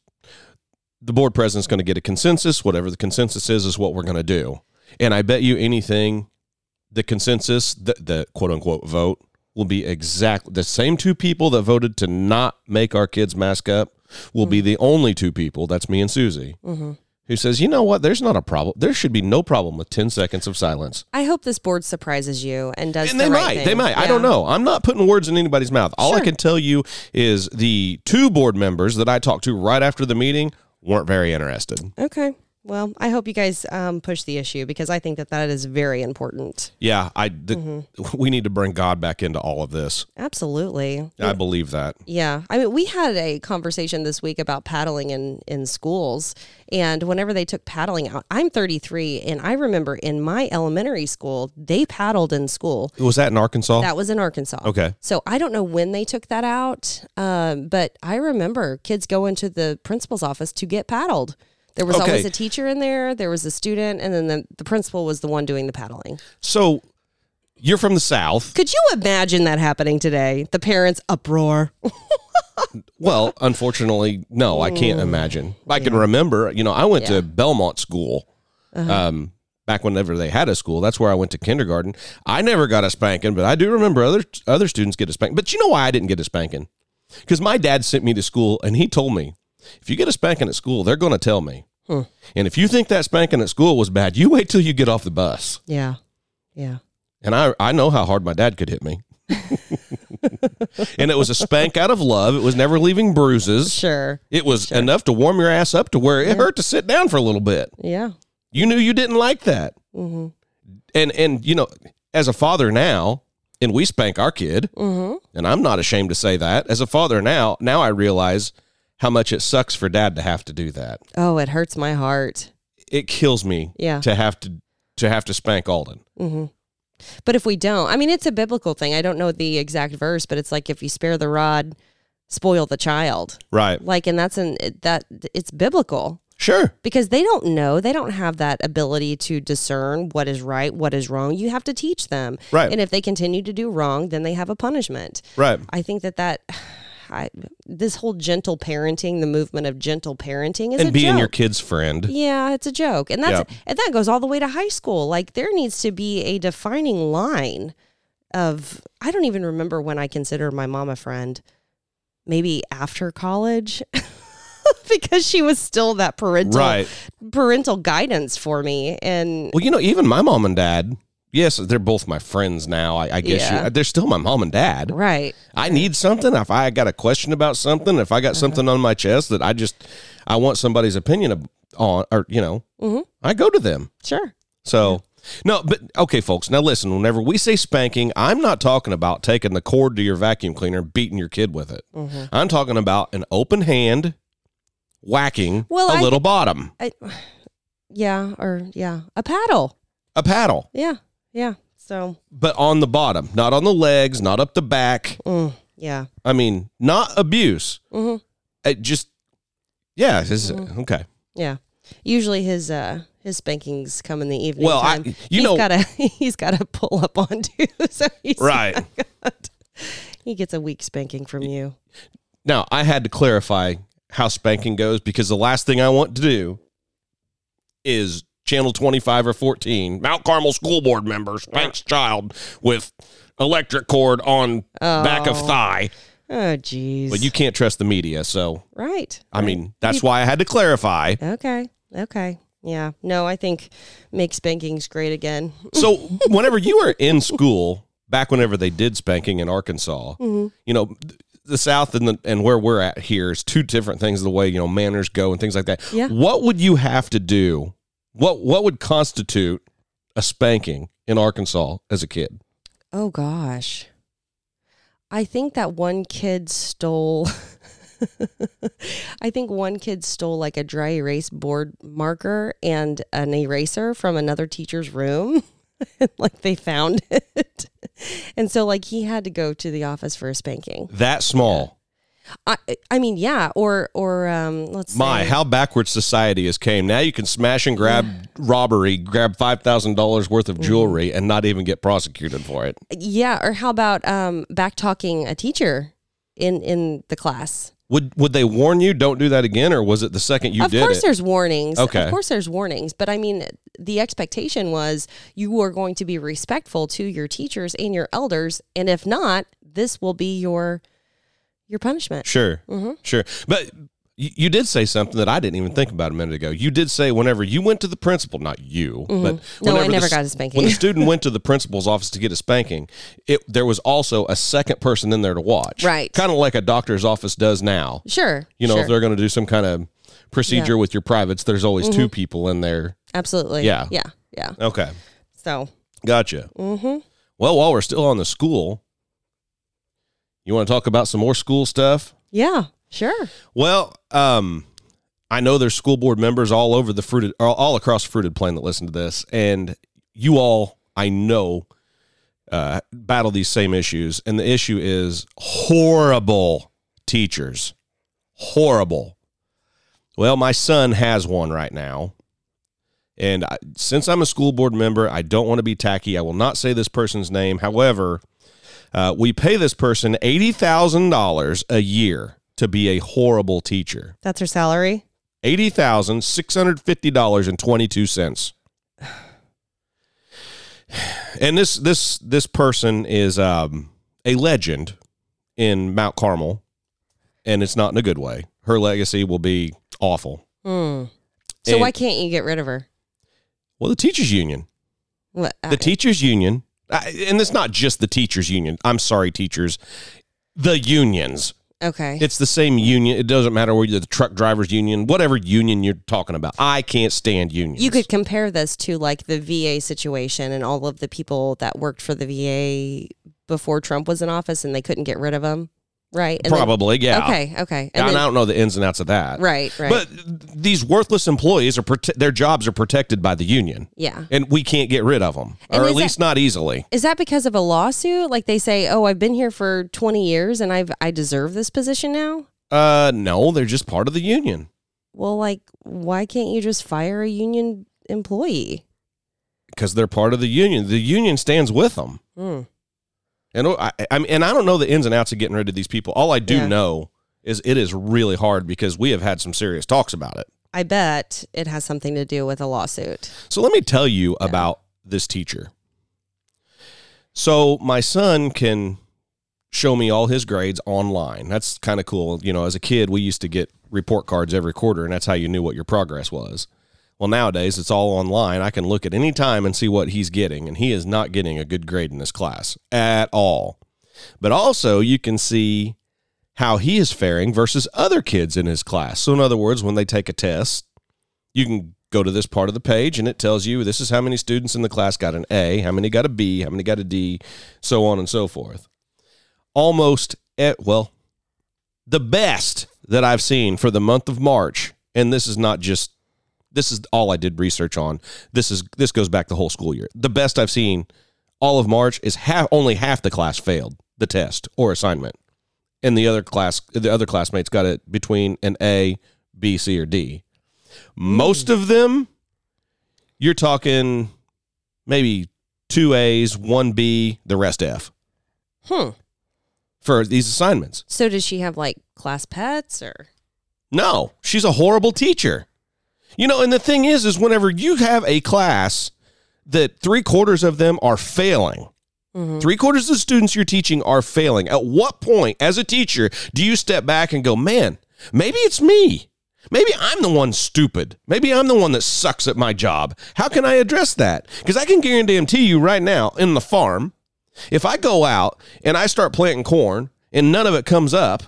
[SPEAKER 1] the board president's going to get a consensus. Whatever the consensus is, is what we're going to do. And I bet you anything, the consensus, the, the quote unquote vote, will be exactly the same two people that voted to not make our kids mask up will be the only two people. That's me and Susie. who says, you know what? There's not a problem. There should be no problem with 10 seconds of silence.
[SPEAKER 2] I hope this board surprises you and does.
[SPEAKER 1] And
[SPEAKER 2] the
[SPEAKER 1] they
[SPEAKER 2] right
[SPEAKER 1] might.
[SPEAKER 2] thing.
[SPEAKER 1] They might. I
[SPEAKER 2] Yeah.
[SPEAKER 1] don't know. I'm not putting words in anybody's mouth. All I
[SPEAKER 2] Sure.
[SPEAKER 1] can tell you is the two board members that I talked to right after the meeting weren't very interested.
[SPEAKER 2] Okay. Well, I hope you guys um, push the issue because I think that that is very important.
[SPEAKER 1] Yeah, I th-
[SPEAKER 2] Mm-hmm.
[SPEAKER 1] we need to bring God back into all of this.
[SPEAKER 2] Absolutely.
[SPEAKER 1] I believe that.
[SPEAKER 2] Yeah. I mean, we had a conversation this week about paddling in, in schools. And whenever they took paddling out, I'm 33, and I remember in my elementary school, they paddled in school.
[SPEAKER 1] Was that in Arkansas?
[SPEAKER 2] That was in Arkansas.
[SPEAKER 1] Okay.
[SPEAKER 2] So I don't know when they took that out, um, but I remember kids going to the principal's office to get paddled. There was
[SPEAKER 1] Okay.
[SPEAKER 2] always a teacher in there, there was a student, and then the, the principal was the one doing the paddling.
[SPEAKER 1] so you're from the South.
[SPEAKER 2] Could you imagine that happening today? The parents' uproar.
[SPEAKER 1] Well, unfortunately, no, I can't imagine. I can remember, you know, I went to Belmont School. Um back whenever they had a school. That's where I went to kindergarten. I never got a spanking, but I do remember other other students get a spanking. But you know why I didn't get a spanking? Cuz my dad sent me to school and he told me, if you get a spanking at school, they're going to tell me. And if you think that spanking at school was bad, you wait till you get off the bus.
[SPEAKER 2] Yeah. Yeah.
[SPEAKER 1] And I, I know how hard my dad could hit me. and it was a spank out of love. It was never leaving bruises.
[SPEAKER 2] Sure.
[SPEAKER 1] It was enough to warm your ass up to where it hurt to sit down for a little bit.
[SPEAKER 2] Yeah.
[SPEAKER 1] You knew you didn't like that.
[SPEAKER 2] Mm-hmm.
[SPEAKER 1] And and you know, as a father now, and we spank our kid,
[SPEAKER 2] Mm-hmm.
[SPEAKER 1] and I'm not ashamed to say that. As a father now, now I realize how much it sucks for dad to have to do that.
[SPEAKER 2] Oh, it hurts my heart.
[SPEAKER 1] It kills me
[SPEAKER 2] Yeah.
[SPEAKER 1] to have to to have to spank Alden.
[SPEAKER 2] But if we don't, I mean, it's a biblical thing. I don't know the exact verse, but it's like if you spare the rod, spoil the child.
[SPEAKER 1] Right.
[SPEAKER 2] Like, and that's an it- that it's biblical
[SPEAKER 1] Sure.
[SPEAKER 2] because they don't know, they don't have that ability to discern what is right, what is wrong. You have to teach them,
[SPEAKER 1] Right.
[SPEAKER 2] And if they continue to do wrong, then they have a punishment.
[SPEAKER 1] Right.
[SPEAKER 2] I think that that. I, this whole gentle parenting, the movement of gentle parenting, is a
[SPEAKER 1] and being
[SPEAKER 2] joke.
[SPEAKER 1] your kid's friend.
[SPEAKER 2] Yeah, it's a joke. And that's
[SPEAKER 1] Yeah.
[SPEAKER 2] and that goes all the way to high school. Like there needs to be a defining line of I don't even remember when I considered my mom a friend. Maybe after college. because she was still that parental
[SPEAKER 1] Right.
[SPEAKER 2] parental guidance for me and
[SPEAKER 1] Well, you know, even my mom and dad. Yes, they're both my friends now. I, I guess
[SPEAKER 2] Yeah.
[SPEAKER 1] you, they're still my mom and dad.
[SPEAKER 2] right.
[SPEAKER 1] I need something. If I got a question about something, if I
[SPEAKER 2] Uh-huh.
[SPEAKER 1] got something on my chest that I just I want somebody's opinion ab- on, or you know,
[SPEAKER 2] Mm-hmm.
[SPEAKER 1] I go to them.
[SPEAKER 2] Sure.
[SPEAKER 1] So no, but okay, folks. Now listen. Whenever we say spanking, I'm not talking about taking the cord to your vacuum cleaner and beating your kid with it.
[SPEAKER 2] Mm-hmm.
[SPEAKER 1] I'm talking about an open hand whacking
[SPEAKER 2] Well,
[SPEAKER 1] a
[SPEAKER 2] I-
[SPEAKER 1] little bottom,
[SPEAKER 2] I, yeah, or yeah. A paddle.
[SPEAKER 1] a paddle.
[SPEAKER 2] Yeah. Yeah. So
[SPEAKER 1] but on the bottom, not on the legs, not up the back.
[SPEAKER 2] mm, yeah.
[SPEAKER 1] I mean, not abuse.
[SPEAKER 2] hmm
[SPEAKER 1] It just, yeah, this is,
[SPEAKER 2] Mm-hmm.
[SPEAKER 1] okay.
[SPEAKER 2] Yeah. Usually his uh his spankings come in the evening.
[SPEAKER 1] Well, I-
[SPEAKER 2] time.
[SPEAKER 1] you
[SPEAKER 2] He's
[SPEAKER 1] know-
[SPEAKER 2] gotta he's gotta pull up on too. So he's
[SPEAKER 1] Right.
[SPEAKER 2] he gets a weak spanking from you.
[SPEAKER 1] Now, I had to clarify how spanking goes because the last thing I want to do is channel 25 or 14, Mount Carmel school board member spanks child with electric cord on back of
[SPEAKER 2] Oh.
[SPEAKER 1] thigh.
[SPEAKER 2] Oh jeez.
[SPEAKER 1] But you can't trust the media. So,
[SPEAKER 2] right.
[SPEAKER 1] I mean, that's why I had to clarify.
[SPEAKER 2] Okay. Okay. Yeah. No, I think make spankings great again.
[SPEAKER 1] So whenever you were in school, back whenever they did spanking in Arkansas,
[SPEAKER 2] Mm-hmm.
[SPEAKER 1] you know, th- the South and the, and where we're at here is two different things. The way you know manners go and things like that.
[SPEAKER 2] Yeah.
[SPEAKER 1] What would you have to do? What what would constitute a spanking in Arkansas as a kid?
[SPEAKER 2] Oh gosh. I think that one kid stole I think one kid stole like a dry erase board marker and an eraser from another teacher's room. like they found it. and so like he had to go to the office for a spanking.
[SPEAKER 1] That small.
[SPEAKER 2] I I mean, yeah, or or um let's
[SPEAKER 1] My,
[SPEAKER 2] say,
[SPEAKER 1] how backward society has came. Now you can smash and grab robbery, grab five thousand dollars worth
[SPEAKER 2] Mm-hmm.
[SPEAKER 1] of jewelry, and not even get prosecuted for it.
[SPEAKER 2] yeah, or how about um back talking a teacher in in the class?
[SPEAKER 1] Would would they warn you don't do that again, or was it the second you
[SPEAKER 2] of
[SPEAKER 1] did
[SPEAKER 2] course
[SPEAKER 1] it?
[SPEAKER 2] there's warnings
[SPEAKER 1] Okay.
[SPEAKER 2] of course there's warnings but i mean the expectation was you are going to be respectful to your teachers and your elders and if not this will be your your punishment
[SPEAKER 1] Sure, sure. But you, you did say something that I didn't even think about a minute ago. You did say whenever you went to the principal, not you, but
[SPEAKER 2] Mm-hmm. No, I
[SPEAKER 1] whenever the
[SPEAKER 2] never
[SPEAKER 1] s-
[SPEAKER 2] got a spanking.
[SPEAKER 1] When the student went to the principal's office to get a spanking, it there was also a second person in there to watch,
[SPEAKER 2] Right.
[SPEAKER 1] Kind of like a doctor's office does now.
[SPEAKER 2] Sure.
[SPEAKER 1] You know,
[SPEAKER 2] sure.
[SPEAKER 1] if they're going to do some kind of procedure with your privates, there's always
[SPEAKER 2] Mm-hmm.
[SPEAKER 1] two people in there.
[SPEAKER 2] absolutely.
[SPEAKER 1] Yeah.
[SPEAKER 2] Yeah. Yeah.
[SPEAKER 1] Okay,
[SPEAKER 2] So
[SPEAKER 1] gotcha. Mm-hmm. Well, while we're still on the school, you want to talk about some more school stuff?
[SPEAKER 2] yeah, sure.
[SPEAKER 1] Well, um, I know there's school board members all over the fruited, all- all across the fruited plain that listen to this, and you all, I know, uh, battle these same issues, and the issue is horrible teachers, horrible. Well, my son has one right now. And I, since I'm a school board member, I don't want to be tacky. I will not say this person's name. However, uh, we pay this person eighty thousand dollars a year to be a horrible teacher.
[SPEAKER 2] That's her salary.
[SPEAKER 1] Eighty thousand six hundred fifty dollars and twenty two cents. And this this this person is um, a legend in Mount Carmel, and it's not in a good way. Her legacy will be awful.
[SPEAKER 2] Hmm. So
[SPEAKER 1] And-
[SPEAKER 2] why can't you get rid of her?
[SPEAKER 1] Well, the teachers union,
[SPEAKER 2] What, I-
[SPEAKER 1] the teachers union, I- and it's not just the teachers union. I'm sorry, teachers, the unions.
[SPEAKER 2] uh, okay.
[SPEAKER 1] It's the same union. It doesn't matter whether you're the truck drivers union, whatever union you're talking about. I can't stand unions.
[SPEAKER 2] You could compare this to like the VA situation and all of the people that worked for the VA before Trump was in office and they couldn't get rid of them, right? And then-
[SPEAKER 1] probably, yeah.
[SPEAKER 2] Okay. Okay.
[SPEAKER 1] And
[SPEAKER 2] And then-
[SPEAKER 1] I don't know the ins and outs of that.
[SPEAKER 2] right. Right.
[SPEAKER 1] But these worthless employees are prote- their jobs are protected by the union,
[SPEAKER 2] yeah.
[SPEAKER 1] and we can't get rid of them,
[SPEAKER 2] And
[SPEAKER 1] or
[SPEAKER 2] is
[SPEAKER 1] at
[SPEAKER 2] that-
[SPEAKER 1] least not easily.
[SPEAKER 2] Is that because of a lawsuit? Like they say, oh, I've been here for 20 years and I've I deserve this position now.
[SPEAKER 1] Uh, no, they're just part of the union
[SPEAKER 2] Well, like why can't you just fire a union employee?
[SPEAKER 1] because they're part of the union. The union stands with them.
[SPEAKER 2] Hmm.
[SPEAKER 1] And oh, I, I mean, and I don't know the ins and outs of getting rid of these people. All I do
[SPEAKER 2] Yeah.
[SPEAKER 1] know is it is really hard because we have had some serious talks about it.
[SPEAKER 2] I bet it has something to do with a lawsuit.
[SPEAKER 1] So let me tell you about this teacher. So my son can show me all his grades online. That's kind of cool. You know, as a kid, we used to get report cards every quarter, and that's how you knew what your progress was. Well, nowadays it's all online. I can look at any time and see what he's getting, and he is not getting a good grade in this class at all. But also, you can see how he is faring versus other kids in his class. So, in other words, when they take a test, you can go to this part of the page and it tells you this is how many students in the class got an A, how many got a B, how many got a D, so on and so forth. Almost at, well, the best that I've seen for the month of March, and this is not just this is all I did research on. This is this goes back the whole school year. The best I've seen all of March is half only half the class failed the test or assignment. And the other class the other classmates got it between an A, B, C, or D. Most of them, you're talking maybe two A's, one B, the rest F
[SPEAKER 2] Hmm.
[SPEAKER 1] for these assignments.
[SPEAKER 2] So does she have like class pets or?
[SPEAKER 1] No, she's a horrible teacher. You know, and the thing is, is whenever you have a class that three quarters of them are failing, three quarters of the students you're teaching are failing, at what point as a teacher do you step back and go, man, maybe it's me? Maybe I'm the one stupid. Maybe I'm the one that sucks at my job. How can I address that? Because I can guarantee you right now in the farm, if I go out and I start planting corn and none of it comes up,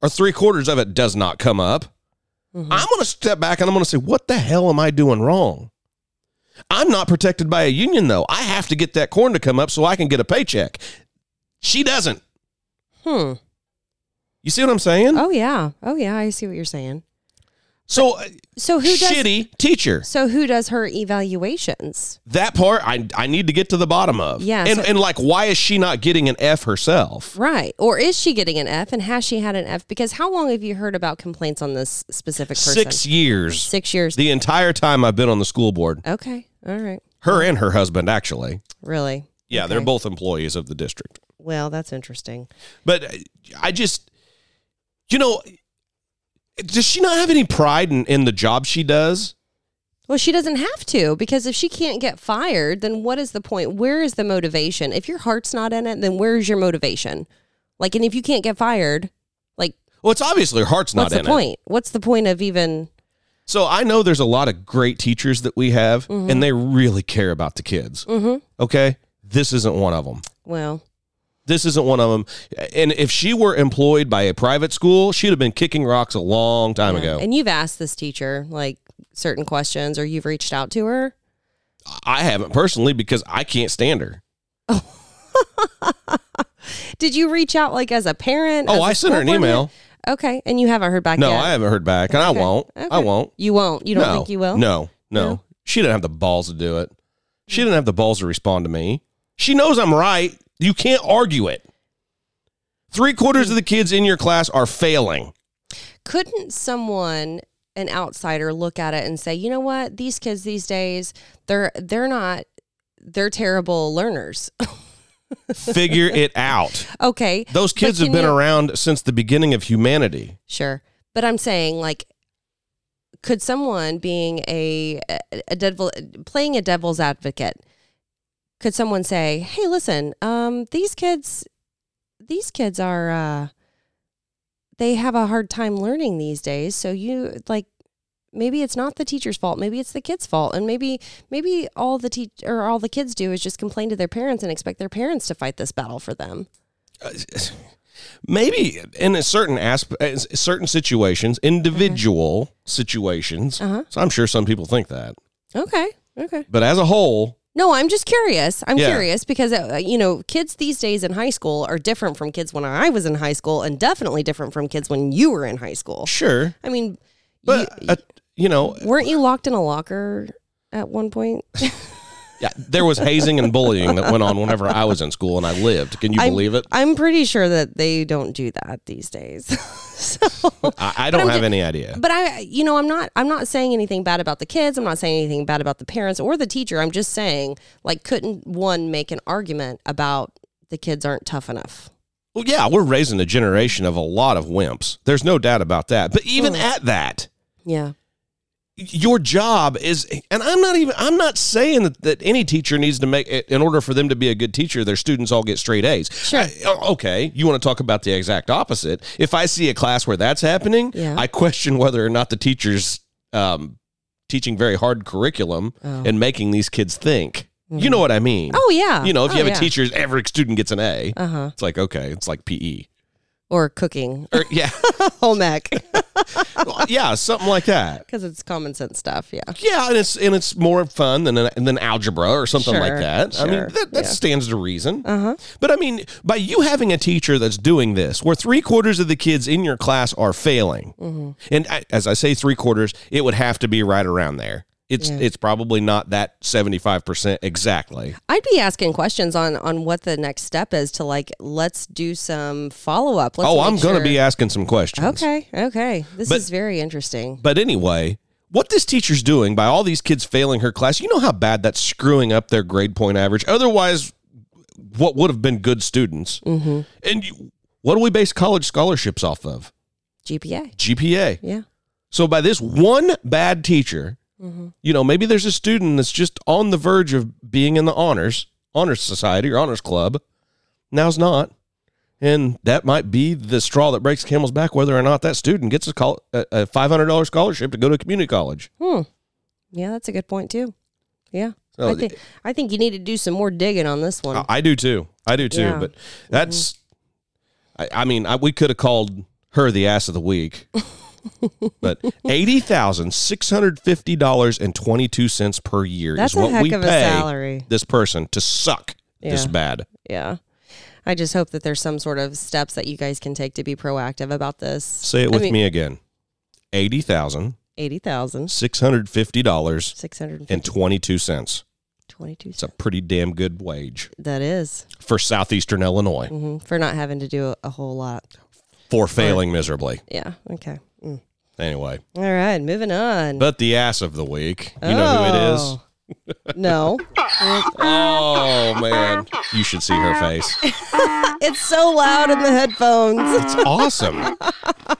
[SPEAKER 1] or three quarters of it does not come up,
[SPEAKER 2] Mm-hmm.
[SPEAKER 1] I'm going to step back and I'm going to say, what the hell am I doing wrong? I'm not protected by a union, though. I have to get that corn to come up so I can get a paycheck. She doesn't.
[SPEAKER 2] Hmm.
[SPEAKER 1] You see what I'm saying?
[SPEAKER 2] Oh yeah. Oh yeah. I see what you're saying.
[SPEAKER 1] so, uh,
[SPEAKER 2] So who does?
[SPEAKER 1] shitty teacher.
[SPEAKER 2] So who does her evaluations?
[SPEAKER 1] That part I, I need to get to the bottom of.
[SPEAKER 2] Yeah,
[SPEAKER 1] And,
[SPEAKER 2] so-
[SPEAKER 1] and like, why is she not getting an F herself?
[SPEAKER 2] Right. Or is she getting an F and has she had an F? Because how long have you heard about complaints on this specific person?
[SPEAKER 1] Six years.
[SPEAKER 2] Six years.
[SPEAKER 1] The entire time I've been on the school board,
[SPEAKER 2] okay. All right.
[SPEAKER 1] her and her husband, actually.
[SPEAKER 2] Really?
[SPEAKER 1] Yeah,
[SPEAKER 2] Okay.
[SPEAKER 1] they're both employees of the district.
[SPEAKER 2] Well, that's interesting.
[SPEAKER 1] But I just, you know, does she not have any pride in, in the job she does?
[SPEAKER 2] Well, she doesn't have to because if she can't get fired, then what is the point? Where is the motivation? If your heart's not in it, then where's your motivation? Like, and if you can't get fired, like,
[SPEAKER 1] Well, it's obviously her heart's not
[SPEAKER 2] What's
[SPEAKER 1] in
[SPEAKER 2] the
[SPEAKER 1] it.
[SPEAKER 2] point? What's the point of even?
[SPEAKER 1] So I know there's a lot of great teachers that we have,
[SPEAKER 2] Mm-hmm.
[SPEAKER 1] and they really care about the kids. Mm-hmm. Okay, this isn't one of them.
[SPEAKER 2] Well,
[SPEAKER 1] This isn't one of them. And if she were employed by a private school, she'd have been kicking rocks a long time ago.
[SPEAKER 2] and you've asked this teacher like certain questions, or you've reached out to her.
[SPEAKER 1] I haven't personally because I can't stand her.
[SPEAKER 2] Did you reach out like as a parent? as
[SPEAKER 1] Oh,
[SPEAKER 2] a
[SPEAKER 1] I sent her an
[SPEAKER 2] school board member?
[SPEAKER 1] email.
[SPEAKER 2] Okay, and you haven't heard back
[SPEAKER 1] No,
[SPEAKER 2] yet.
[SPEAKER 1] I haven't heard back, and I
[SPEAKER 2] Okay.
[SPEAKER 1] won't. I
[SPEAKER 2] Okay.
[SPEAKER 1] won't.
[SPEAKER 2] You won't. You don't
[SPEAKER 1] no.
[SPEAKER 2] think you will?
[SPEAKER 1] No, no,
[SPEAKER 2] No? Hmm.
[SPEAKER 1] She didn't have the balls to do it. She didn't have the balls to respond to me. She knows I'm right. You can't argue it. Three quarters of the kids in your class are failing.
[SPEAKER 2] Couldn't someone, an outsider, look at it and say, you know what, these kids these days, they're they're not, they're terrible learners.
[SPEAKER 1] Figure it out.
[SPEAKER 2] okay,
[SPEAKER 1] Those
[SPEAKER 2] but
[SPEAKER 1] kids have
[SPEAKER 2] can
[SPEAKER 1] been
[SPEAKER 2] you-
[SPEAKER 1] around since the beginning of humanity.
[SPEAKER 2] Sure, but I'm saying like. Could someone being a a devil playing a devil's advocate? Could someone say, "Hey, listen, um, these kids, these kids are, uh, they have a hard time learning these days. So you like, maybe it's not the teacher's fault. Maybe it's the kid's fault. And maybe maybe all the teach or all the kids do is just complain to their parents and expect their parents to fight this battle for them.
[SPEAKER 1] Maybe in a certain aspect, certain situations, individual situations.
[SPEAKER 2] Mm-hmm. Uh-huh.
[SPEAKER 1] So I'm sure some people think that,
[SPEAKER 2] Okay, okay.
[SPEAKER 1] but as a whole,
[SPEAKER 2] No, I'm just curious. I'm
[SPEAKER 1] Yeah.
[SPEAKER 2] curious because uh, you know, kids these days in high school are different from kids when I was in high school, and definitely different from kids when you were in high school.
[SPEAKER 1] sure.
[SPEAKER 2] I mean,
[SPEAKER 1] But uh, you know,
[SPEAKER 2] weren't you locked in a locker at one point?
[SPEAKER 1] Yeah, there was hazing and bullying that went on whenever I was in school and I lived. Can you
[SPEAKER 2] I'm-
[SPEAKER 1] believe it?
[SPEAKER 2] I'm pretty sure that they don't do that these days. so,
[SPEAKER 1] I, I don't
[SPEAKER 2] I'm
[SPEAKER 1] have
[SPEAKER 2] ju-
[SPEAKER 1] any idea.
[SPEAKER 2] but I, you know, I'm not, I'm not saying anything bad about the kids. I'm not saying anything bad about the parents or the teacher. I'm just saying, like, couldn't one make an argument about the kids aren't tough enough?
[SPEAKER 1] Well, yeah, we're raising a generation of a lot of wimps. There's no doubt about that. But even at that,
[SPEAKER 2] Yeah.
[SPEAKER 1] your job is, and I'm not even, I'm not saying that, that any teacher needs to make it in order for them to be a good teacher, their students all get straight A's.
[SPEAKER 2] Sure.
[SPEAKER 1] I- oh, okay. You want to talk about the exact opposite. If I see a class where that's happening,
[SPEAKER 2] Yeah.
[SPEAKER 1] I question whether or not the teacher's um, teaching very hard curriculum
[SPEAKER 2] Oh.
[SPEAKER 1] and making these kids think. You know what I mean?
[SPEAKER 2] Oh yeah.
[SPEAKER 1] You know, if
[SPEAKER 2] Oh,
[SPEAKER 1] you have
[SPEAKER 2] yeah.
[SPEAKER 1] a teacher, every student gets an A.
[SPEAKER 2] Uh huh.
[SPEAKER 1] It's like, okay, it's like PE.
[SPEAKER 2] Or cooking
[SPEAKER 1] Or, yeah.
[SPEAKER 2] home ec
[SPEAKER 1] Well, yeah, something like that.
[SPEAKER 2] because it's common sense stuff. Yeah.
[SPEAKER 1] Yeah, and it's and it's more fun than than algebra or something like
[SPEAKER 2] Sure,
[SPEAKER 1] that. I mean,
[SPEAKER 2] sure,
[SPEAKER 1] that, that
[SPEAKER 2] yeah.
[SPEAKER 1] stands to reason.
[SPEAKER 2] Uh huh.
[SPEAKER 1] But I mean, by you having a teacher that's doing this, where three quarters of the kids in your class are failing,
[SPEAKER 2] Mm-hmm.
[SPEAKER 1] and I, as I say, three quarters, it would have to be right around there. It's
[SPEAKER 2] Yeah.
[SPEAKER 1] it's probably not that seventy five percent exactly.
[SPEAKER 2] I'd be asking questions on on what the next step is to like let's do some follow up.
[SPEAKER 1] oh, I'm gonna be asking some questions.
[SPEAKER 2] Okay. Okay. This
[SPEAKER 1] But-
[SPEAKER 2] is very interesting.
[SPEAKER 1] But anyway, what this teacher's doing by all these kids failing her class, you know how bad that's screwing up their grade point average. Otherwise, what would have been good students. Mm-hmm. And you, what do we base college scholarships off of?
[SPEAKER 2] GPA.
[SPEAKER 1] GPA.
[SPEAKER 2] Yeah.
[SPEAKER 1] So by this one bad teacher, you know, maybe there's a student that's just on the verge of being in the honors, honors society or honors club. Now's not. And that might be the straw that breaks the camel's back, whether or not that student gets a, col- a a $500 scholarship to go to community college.
[SPEAKER 2] Hmm. Yeah, that's a good point too. Yeah.
[SPEAKER 1] So Oh.
[SPEAKER 2] I think I think you need to do some more digging on this one.
[SPEAKER 1] I I do too. I do too.
[SPEAKER 2] Yeah.
[SPEAKER 1] But that's, I, I mean, I, we could have called her the ass of the week, but eighty thousand six hundred fifty dollars and twenty two cents per year
[SPEAKER 2] That's
[SPEAKER 1] is
[SPEAKER 2] a
[SPEAKER 1] what
[SPEAKER 2] heck
[SPEAKER 1] we
[SPEAKER 2] of a
[SPEAKER 1] pay
[SPEAKER 2] salary.
[SPEAKER 1] this person to suck this
[SPEAKER 2] Yeah.
[SPEAKER 1] bad.
[SPEAKER 2] Yeah. I just hope that there's some sort of steps that you guys can take to be proactive about this.
[SPEAKER 1] Say it
[SPEAKER 2] I
[SPEAKER 1] with
[SPEAKER 2] mean,
[SPEAKER 1] me again. Eighty thousand
[SPEAKER 2] Eighty thousand
[SPEAKER 1] six hundred fifty dollars
[SPEAKER 2] six hundred
[SPEAKER 1] and twenty two cents.
[SPEAKER 2] twenty-two.
[SPEAKER 1] It's a pretty damn good wage
[SPEAKER 2] That is
[SPEAKER 1] for southeastern Illinois
[SPEAKER 2] hmm for not having to do a, a whole lot.
[SPEAKER 1] for failing miserably.
[SPEAKER 2] Yeah. Okay. Mm.
[SPEAKER 1] Anyway,
[SPEAKER 2] All right. Moving on.
[SPEAKER 1] but the ass of the week, you know who
[SPEAKER 2] Oh.
[SPEAKER 1] it is.
[SPEAKER 2] it is? no.
[SPEAKER 1] Oh man, you should see her face.
[SPEAKER 2] It's so loud in the headphones.
[SPEAKER 1] It's awesome.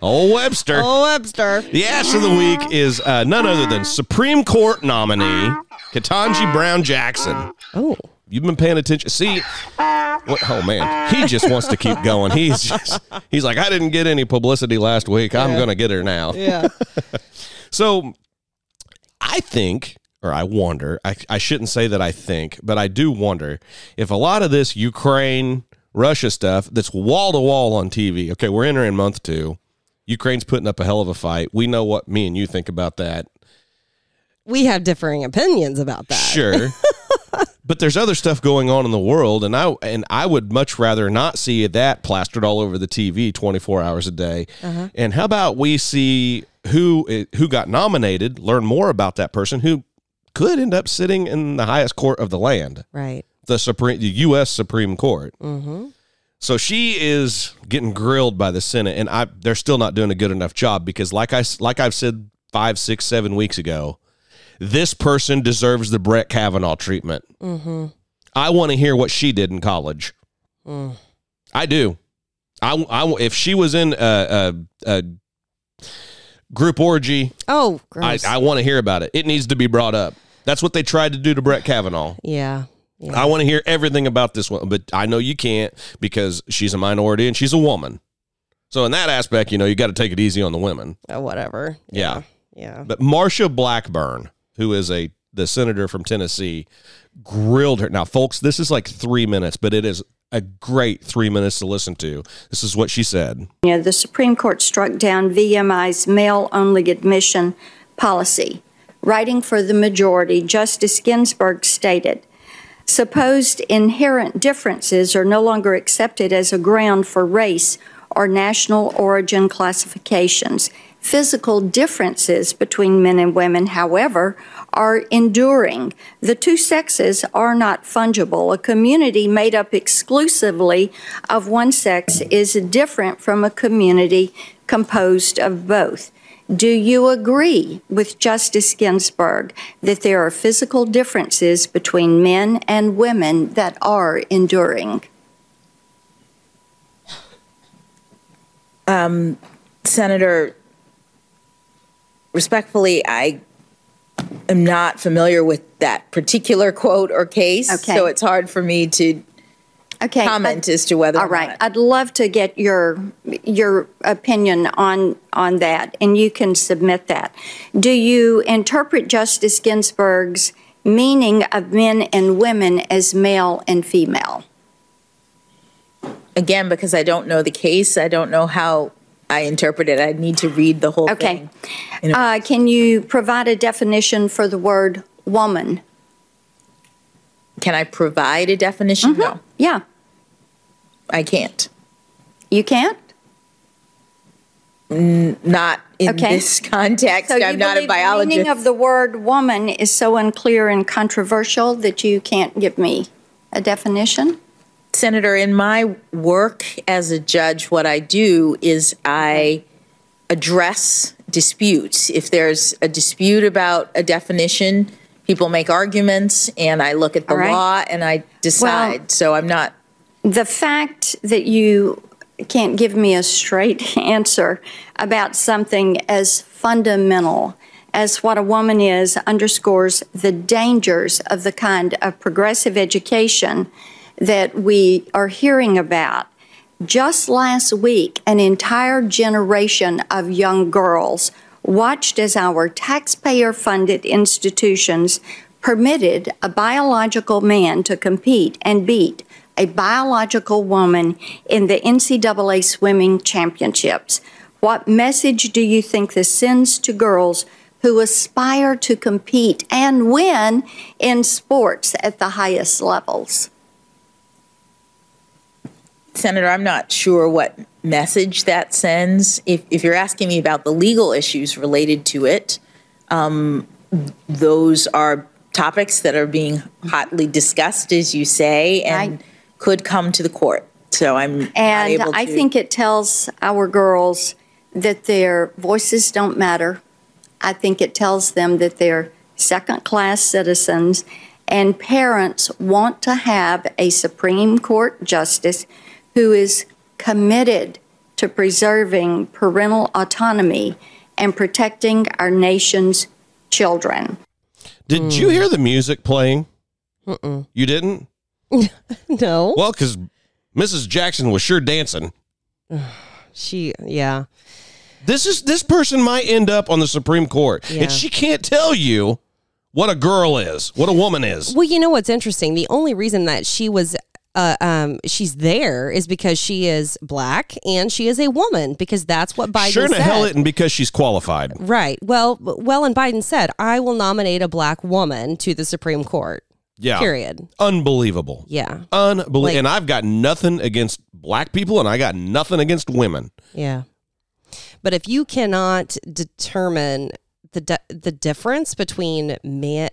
[SPEAKER 1] Oh Webster.
[SPEAKER 2] oh, Webster.
[SPEAKER 1] The ass of the week is uh, none other than Supreme Court nominee Katanji Brown Jackson.
[SPEAKER 2] Oh.
[SPEAKER 1] You've been paying attention. See, What, oh man, he just wants to keep going. He's just, he's like, I didn't get any publicity last week. I'm gonna get her now.
[SPEAKER 2] Yeah.
[SPEAKER 1] So I think, or I wonder, I, I shouldn't say that I think, but I do wonder if a lot of this Ukraine, Russia stuff that's wall to wall on TV, okay, we're entering month two. Ukraine's putting up a hell of a fight. We know what me and you think about that.
[SPEAKER 2] we have differing opinions about that.
[SPEAKER 1] Sure. but there's other stuff going on in the world and I and I would much rather not see that plastered all over the TV 24 hours a day. And how about we see who eh, who got nominated, learn more about that person who could end up sitting in the highest court of the land,
[SPEAKER 2] Right.
[SPEAKER 1] the supreme the US Supreme Court. So she is getting grilled by the Senate, and I they're still not doing a good enough job because, like I like I've said five, six, seven weeks ago, this person deserves the Brett Kavanaugh treatment. I want to hear what she did in college. I do. I, I if she was in a, a, a group orgy,
[SPEAKER 2] Oh,
[SPEAKER 1] I,
[SPEAKER 2] gross.
[SPEAKER 1] I want to hear about it. It needs to be brought up. That's what they tried to do to Brett Kavanaugh.
[SPEAKER 2] yeah. Yeah.
[SPEAKER 1] I want to hear everything about this one, but I know you can't because she's a minority and she's a woman. So in that aspect, you know, you got to take it easy on the women.
[SPEAKER 2] Uh, whatever.
[SPEAKER 1] Yeah.
[SPEAKER 2] Yeah.
[SPEAKER 1] But Marsha Blackburn, who is a the senator from Tennessee, grilled her. Now, folks, this is like three minutes, but it is a great three minutes to listen to. This is what she said.
[SPEAKER 5] California, the Supreme Court struck down VMI's male only admission policy. Writing for the majority, Justice Ginsburg stated Supposed inherent differences are no longer accepted as a ground for race or national origin classifications. Physical differences between men and women, however, are enduring. The two sexes are not fungible. A community made up exclusively of one sex is different from a community composed of both. Do you agree with Justice Ginsburg that there are physical differences between men and women that are enduring?
[SPEAKER 6] Senator, respectfully, I am not familiar with that particular quote or case,
[SPEAKER 5] Okay.
[SPEAKER 6] so it's hard for me to
[SPEAKER 5] Okay.
[SPEAKER 6] comment as to whether.
[SPEAKER 5] All
[SPEAKER 6] or
[SPEAKER 5] right.
[SPEAKER 6] not.
[SPEAKER 5] I'd love to get your your opinion on on that, and you can submit that. Do you interpret Justice Ginsburg's meaning of men and women as male and female?
[SPEAKER 6] again because I don't know the case. I don't know how I interpret it. I need to read the whole
[SPEAKER 5] Okay.
[SPEAKER 6] thing. You know-
[SPEAKER 5] Uh, can you provide a definition for the word woman?
[SPEAKER 6] Can I provide a definition?
[SPEAKER 5] Mm-hmm.
[SPEAKER 6] No,
[SPEAKER 5] Yeah,
[SPEAKER 6] I can't.
[SPEAKER 5] you can't.
[SPEAKER 6] Not in
[SPEAKER 5] Okay.
[SPEAKER 6] this context.
[SPEAKER 5] So you
[SPEAKER 6] I'm not a
[SPEAKER 5] believe the
[SPEAKER 6] biologist.
[SPEAKER 5] meaning of the word woman is so unclear and controversial that you can't give me a definition?
[SPEAKER 6] Senator, in my work as a judge, what I do is I address disputes. If there's a dispute about a definition, people make arguments, and I look at the
[SPEAKER 5] All right.
[SPEAKER 6] law and I decide. so I'm not.
[SPEAKER 5] The fact that you can't give me a straight answer about something as fundamental as what a woman is underscores the dangers of the kind of progressive education that we are hearing about. Just last week, an entire generation of young girls watched as our taxpayer funded institutions permitted a biological man to compete and beat a biological woman in the NCAA swimming championships. What message do you think this sends to girls who aspire to compete and win in sports at the highest levels?
[SPEAKER 6] Senator, I'm not sure what message that sends. If, if you're asking me about the legal issues related to it, um, those are topics that are being hotly discussed, as you say, and
[SPEAKER 5] Right.
[SPEAKER 6] could come to the court. So I'm not
[SPEAKER 5] And
[SPEAKER 6] able
[SPEAKER 5] I
[SPEAKER 6] to-
[SPEAKER 5] think it tells our girls that their voices don't matter. I think it tells them that they're second class citizens, and parents want to have a Supreme Court justice who is committed to preserving parental autonomy and protecting our nation's children.
[SPEAKER 1] Did you hear the music playing? You didn't?
[SPEAKER 2] No.
[SPEAKER 1] Well, because Mrs. Jackson was sure dancing.
[SPEAKER 2] She, yeah.
[SPEAKER 1] This is this person might end up on the Supreme Court,
[SPEAKER 2] Yeah.
[SPEAKER 1] and she can't tell you what a girl is, what a woman is.
[SPEAKER 2] Well, you know what's interesting? The only reason that she was. Uh, um, she's there is because she is black and she is a woman because that's what Biden
[SPEAKER 1] sure in
[SPEAKER 2] said.
[SPEAKER 1] the hell it, and because she's qualified.
[SPEAKER 2] right. Well, well, and Biden said, "I will nominate a black woman to the Supreme Court."
[SPEAKER 1] Yeah,
[SPEAKER 2] Period.
[SPEAKER 1] unbelievable.
[SPEAKER 2] Yeah.
[SPEAKER 1] Unbelievable.
[SPEAKER 2] Like-
[SPEAKER 1] and I've got nothing against black people, and I got nothing against women.
[SPEAKER 2] Yeah. But if you cannot determine the di- the difference between man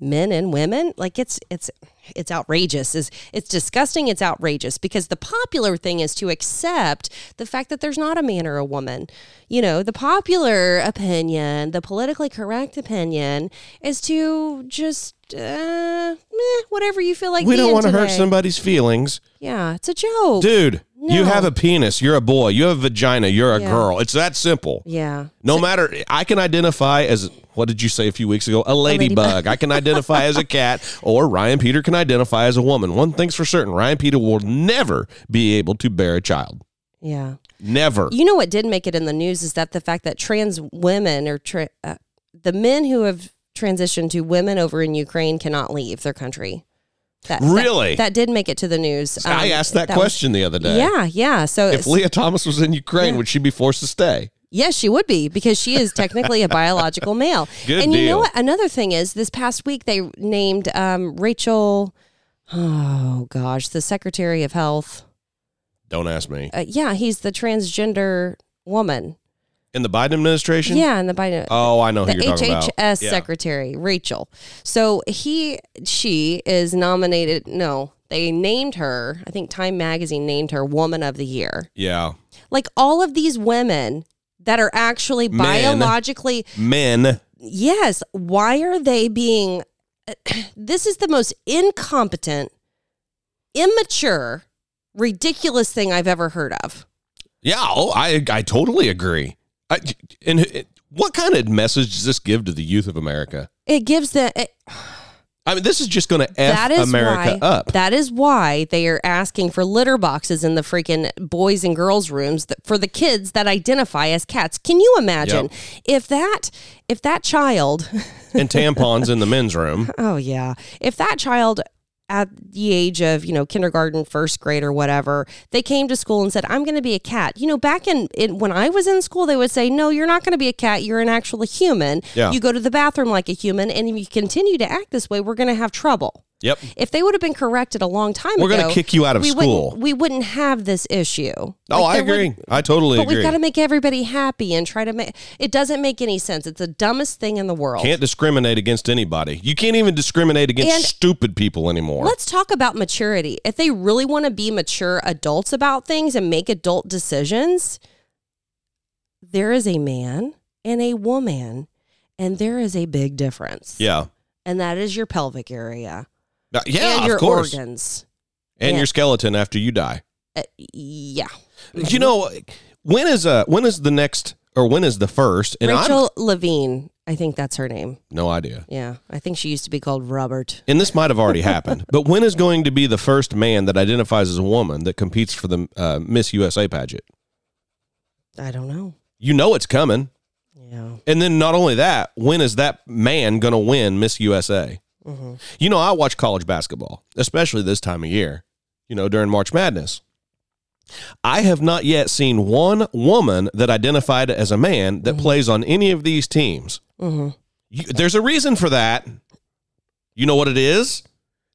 [SPEAKER 2] men and women, like it's it's it's outrageous. Is it's disgusting, it's outrageous because the popular thing is to accept the fact that there's not a man or a woman. You know, the popular opinion, the politically correct opinion is to just uh, meh, whatever you feel like
[SPEAKER 1] we don't
[SPEAKER 2] being
[SPEAKER 1] want to hurt
[SPEAKER 2] today.
[SPEAKER 1] somebody's feelings,
[SPEAKER 2] Yeah, it's a joke.
[SPEAKER 1] dude. You
[SPEAKER 2] No.
[SPEAKER 1] have a penis. You're a boy. You have a vagina. You're a
[SPEAKER 2] Yeah.
[SPEAKER 1] girl. It's that simple.
[SPEAKER 2] Yeah.
[SPEAKER 1] No matter, I can identify as what did you say a few weeks ago? A ladybug. I can identify as a cat, or Ryan Peter can identify as a woman. One thing's for certain: Ryan Peter will never be able to bear a child.
[SPEAKER 2] Yeah.
[SPEAKER 1] Never.
[SPEAKER 2] You know what did make it in the news is that the fact that trans women or tra- uh, the men who have transitioned to women over in Ukraine cannot leave their country. That, that-
[SPEAKER 1] Really?
[SPEAKER 2] That, did make it to the news.
[SPEAKER 1] I
[SPEAKER 2] Um,
[SPEAKER 1] asked that,
[SPEAKER 2] was-
[SPEAKER 1] question the other day.
[SPEAKER 2] yeah, yeah. So
[SPEAKER 1] If
[SPEAKER 2] it's-
[SPEAKER 1] Leah Thomas was in Ukraine, would she be forced to stay?
[SPEAKER 2] Yes, she would be because she is technically a biological male.
[SPEAKER 1] Good
[SPEAKER 2] and you
[SPEAKER 1] deal.
[SPEAKER 2] know what? Another thing is, this past week they named um, Rachel. Oh gosh, the Secretary of Health.
[SPEAKER 1] Don't ask me.
[SPEAKER 2] Uh, yeah, he's the transgender woman.
[SPEAKER 1] In the Biden administration?
[SPEAKER 2] Yeah, and the Biden.
[SPEAKER 1] Oh, I know who
[SPEAKER 2] the
[SPEAKER 1] you're talking
[SPEAKER 2] HHS
[SPEAKER 1] about. Yeah.
[SPEAKER 2] secretary Rachel. So he she is nominated. No, they named her. I think Time Magazine named her Woman of the Year.
[SPEAKER 1] Yeah.
[SPEAKER 2] Like all of these women that are actually
[SPEAKER 1] Men.
[SPEAKER 2] biologically
[SPEAKER 1] Men.
[SPEAKER 2] yes. Why are they being? this is the most incompetent, immature, ridiculous thing I've ever heard of.
[SPEAKER 1] Yeah. Oh, I I totally agree. I, and it- what kind of message does this give to the youth of America?
[SPEAKER 2] It gives the it,
[SPEAKER 1] I mean, this is just going to f America
[SPEAKER 2] why,
[SPEAKER 1] up.
[SPEAKER 2] That is why they are asking for litter boxes in the freaking boys and girls rooms th- for the kids that identify as cats. Can you imagine
[SPEAKER 1] Yep.
[SPEAKER 2] if that if that child?
[SPEAKER 1] and tampons in the men's room.
[SPEAKER 2] Oh yeah, if that child at the age of you know kindergarten first grade or whatever they came to school and said i'm going to be a cat you know back in, in when i was in school they would say no you're not going to be a cat you're an actual human
[SPEAKER 1] Yeah.
[SPEAKER 2] you go to the bathroom like a human and if you continue to act this way we're going to have trouble
[SPEAKER 1] Yep.
[SPEAKER 2] if they would have been corrected a long time
[SPEAKER 1] We're
[SPEAKER 2] ago,
[SPEAKER 1] going to kick you out of
[SPEAKER 2] we
[SPEAKER 1] school.
[SPEAKER 2] Wouldn't, we wouldn't have this issue.
[SPEAKER 1] oh, I
[SPEAKER 2] Like, there
[SPEAKER 1] agree.
[SPEAKER 2] would-
[SPEAKER 1] I totally
[SPEAKER 2] but
[SPEAKER 1] agree.
[SPEAKER 2] we've got to make everybody happy and try to make it doesn't make any sense. It's the dumbest thing in the world.
[SPEAKER 1] can't discriminate against anybody. You can't even discriminate against
[SPEAKER 2] And-
[SPEAKER 1] stupid people anymore.
[SPEAKER 2] Let's talk about maturity. If they really want to be mature adults about things and make adult decisions, there is a man and a woman, and there is a big difference.
[SPEAKER 1] yeah.
[SPEAKER 2] And that is your pelvic area.
[SPEAKER 1] Uh, Yeah,
[SPEAKER 2] and your
[SPEAKER 1] of course.
[SPEAKER 2] organs.
[SPEAKER 1] And
[SPEAKER 2] Yeah.
[SPEAKER 1] your skeleton after you die.
[SPEAKER 2] Uh, yeah. Mm-hmm.
[SPEAKER 1] You know, when is uh when is the next or when is the first? And I'm
[SPEAKER 2] Rachel Levine, I think that's her name.
[SPEAKER 1] no idea.
[SPEAKER 2] Yeah, I think she used to be called Robert.
[SPEAKER 1] And this might have already happened, but when is going to be the first man that identifies as a woman that competes for the uh, Miss USA pageant?
[SPEAKER 2] I don't know.
[SPEAKER 1] You know it's coming.
[SPEAKER 2] Yeah.
[SPEAKER 1] And then not only that, when is that man going to win Miss USA?
[SPEAKER 2] Mm-hmm.
[SPEAKER 1] You know, I watch college basketball, especially this time of year, you know, during March Madness. I have not yet seen one woman that identified as a man
[SPEAKER 2] Mm-hmm.
[SPEAKER 1] that plays on any of these teams. You, there's a reason for that. You know what it is?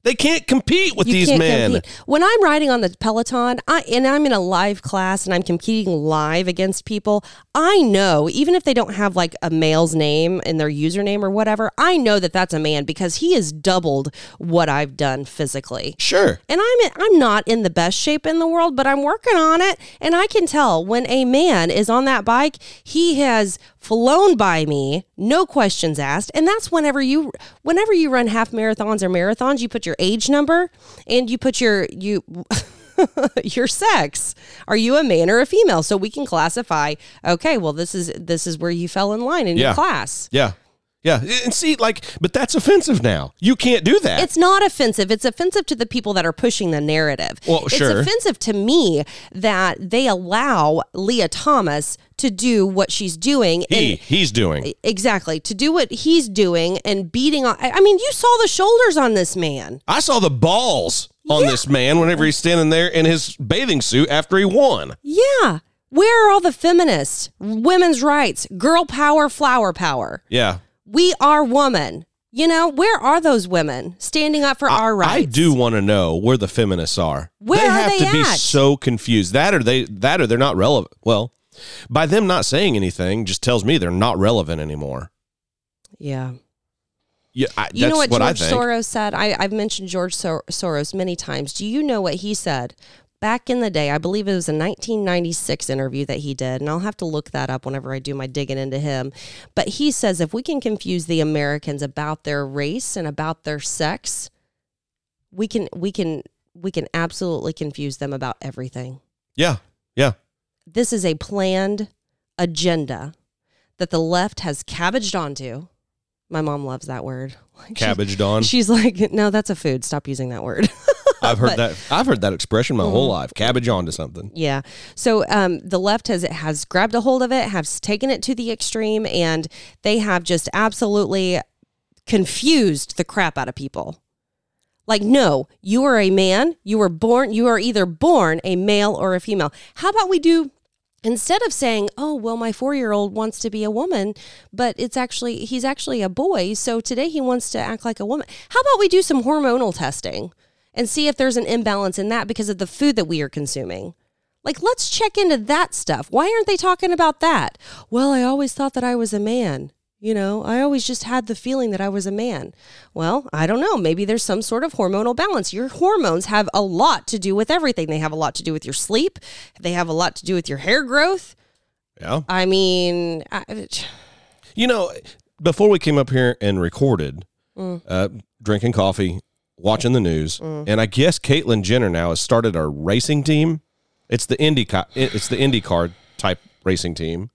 [SPEAKER 1] They can't compete with these men.
[SPEAKER 2] When I'm riding on the Peloton, I and I'm in a live class and I'm competing live against people, I know even if they don't have like a male's name in their username or whatever, I know that that's a man because he has doubled what I've done physically.
[SPEAKER 1] Sure.
[SPEAKER 2] and I'm I'm not in the best shape in the world, but I'm working on it, and I can tell when a man is on that bike, he has flown by me, no questions asked, and that's whenever you whenever you run half marathons or marathons, you put your age number and you put your you your sex. Are you a man or a female? So we can classify. Okay, well this is this is where you fell in line in
[SPEAKER 1] Yeah.
[SPEAKER 2] your class.
[SPEAKER 1] Yeah. Yeah. And see, like, but that's offensive now. You can't do that.
[SPEAKER 2] It's not offensive. It's offensive to the people that are pushing the narrative.
[SPEAKER 1] Well,
[SPEAKER 2] it's
[SPEAKER 1] sure.
[SPEAKER 2] offensive to me that they allow Leah Thomas to do what she's doing.
[SPEAKER 1] he
[SPEAKER 2] and
[SPEAKER 1] he's doing.
[SPEAKER 2] exactly to do what he's doing and beating on. I I mean, you saw the shoulders on this man.
[SPEAKER 1] I saw the balls on this man whenever he's standing there in his bathing suit after he won.
[SPEAKER 2] Yeah. Where are all the feminists, women's rights, girl power, flower power?
[SPEAKER 1] Yeah.
[SPEAKER 2] We are woman. You know, where are those women standing up for our rights?
[SPEAKER 1] I do want to know where the feminists are.
[SPEAKER 2] Where
[SPEAKER 1] they
[SPEAKER 2] are
[SPEAKER 1] have
[SPEAKER 2] they
[SPEAKER 1] to be
[SPEAKER 2] at?
[SPEAKER 1] so confused. That or they that or they're not relevant. Well, by them not saying anything just tells me they're not relevant anymore.
[SPEAKER 2] Yeah.
[SPEAKER 1] Yeah, I,
[SPEAKER 2] You
[SPEAKER 1] that's
[SPEAKER 2] know what,
[SPEAKER 1] I
[SPEAKER 2] George
[SPEAKER 1] think.
[SPEAKER 2] Soros said? I, I've mentioned George Sor- Soros many times. Do you know what he said? Back in the day, I believe it was a 1996 interview that he did, and I'll have to look that up whenever I do my digging into him. But he says if we can confuse the Americans about their race and about their sex, we can we can we can absolutely confuse them about everything
[SPEAKER 1] yeah, yeah,
[SPEAKER 2] this is a planned agenda that the left has cabbaged onto. My mom loves that word. Like, she-
[SPEAKER 1] cabbaged on.
[SPEAKER 2] She's like, no, that's a food. Stop using that word.
[SPEAKER 1] I've
[SPEAKER 2] but-
[SPEAKER 1] heard that. I've heard that expression my
[SPEAKER 2] Mm-hmm.
[SPEAKER 1] whole life. Cabbage on to something.
[SPEAKER 2] yeah. So um, the left has has grabbed a hold of it, has taken it to the extreme, and they have just absolutely confused the crap out of people. Like, no, you are a man. You were born. You are either born a male or a female. How about we do instead of saying, "Oh, well, my four-year-old wants to be a woman, but it's actually he's actually a boy, so today he wants to act like a woman." How about we do some hormonal testing and see if there's an imbalance in that because of the food that we are consuming? Like, let's check into that stuff. Why aren't they talking about that? Well, I always thought that I was a man. You know, I always just had the feeling that I was a man. Well, I don't know. Maybe there's some sort of hormonal balance. Your hormones have a lot to do with everything. They have a lot to do with your sleep, they have a lot to do with your hair growth.
[SPEAKER 1] Yeah.
[SPEAKER 2] I mean, I,
[SPEAKER 1] You know, before we came up here and recorded, uh, drinking coffee, watching the news, and I guess Caitlyn Jenner now has started a racing team. It's the Indy, co- it's the IndyCar type racing team,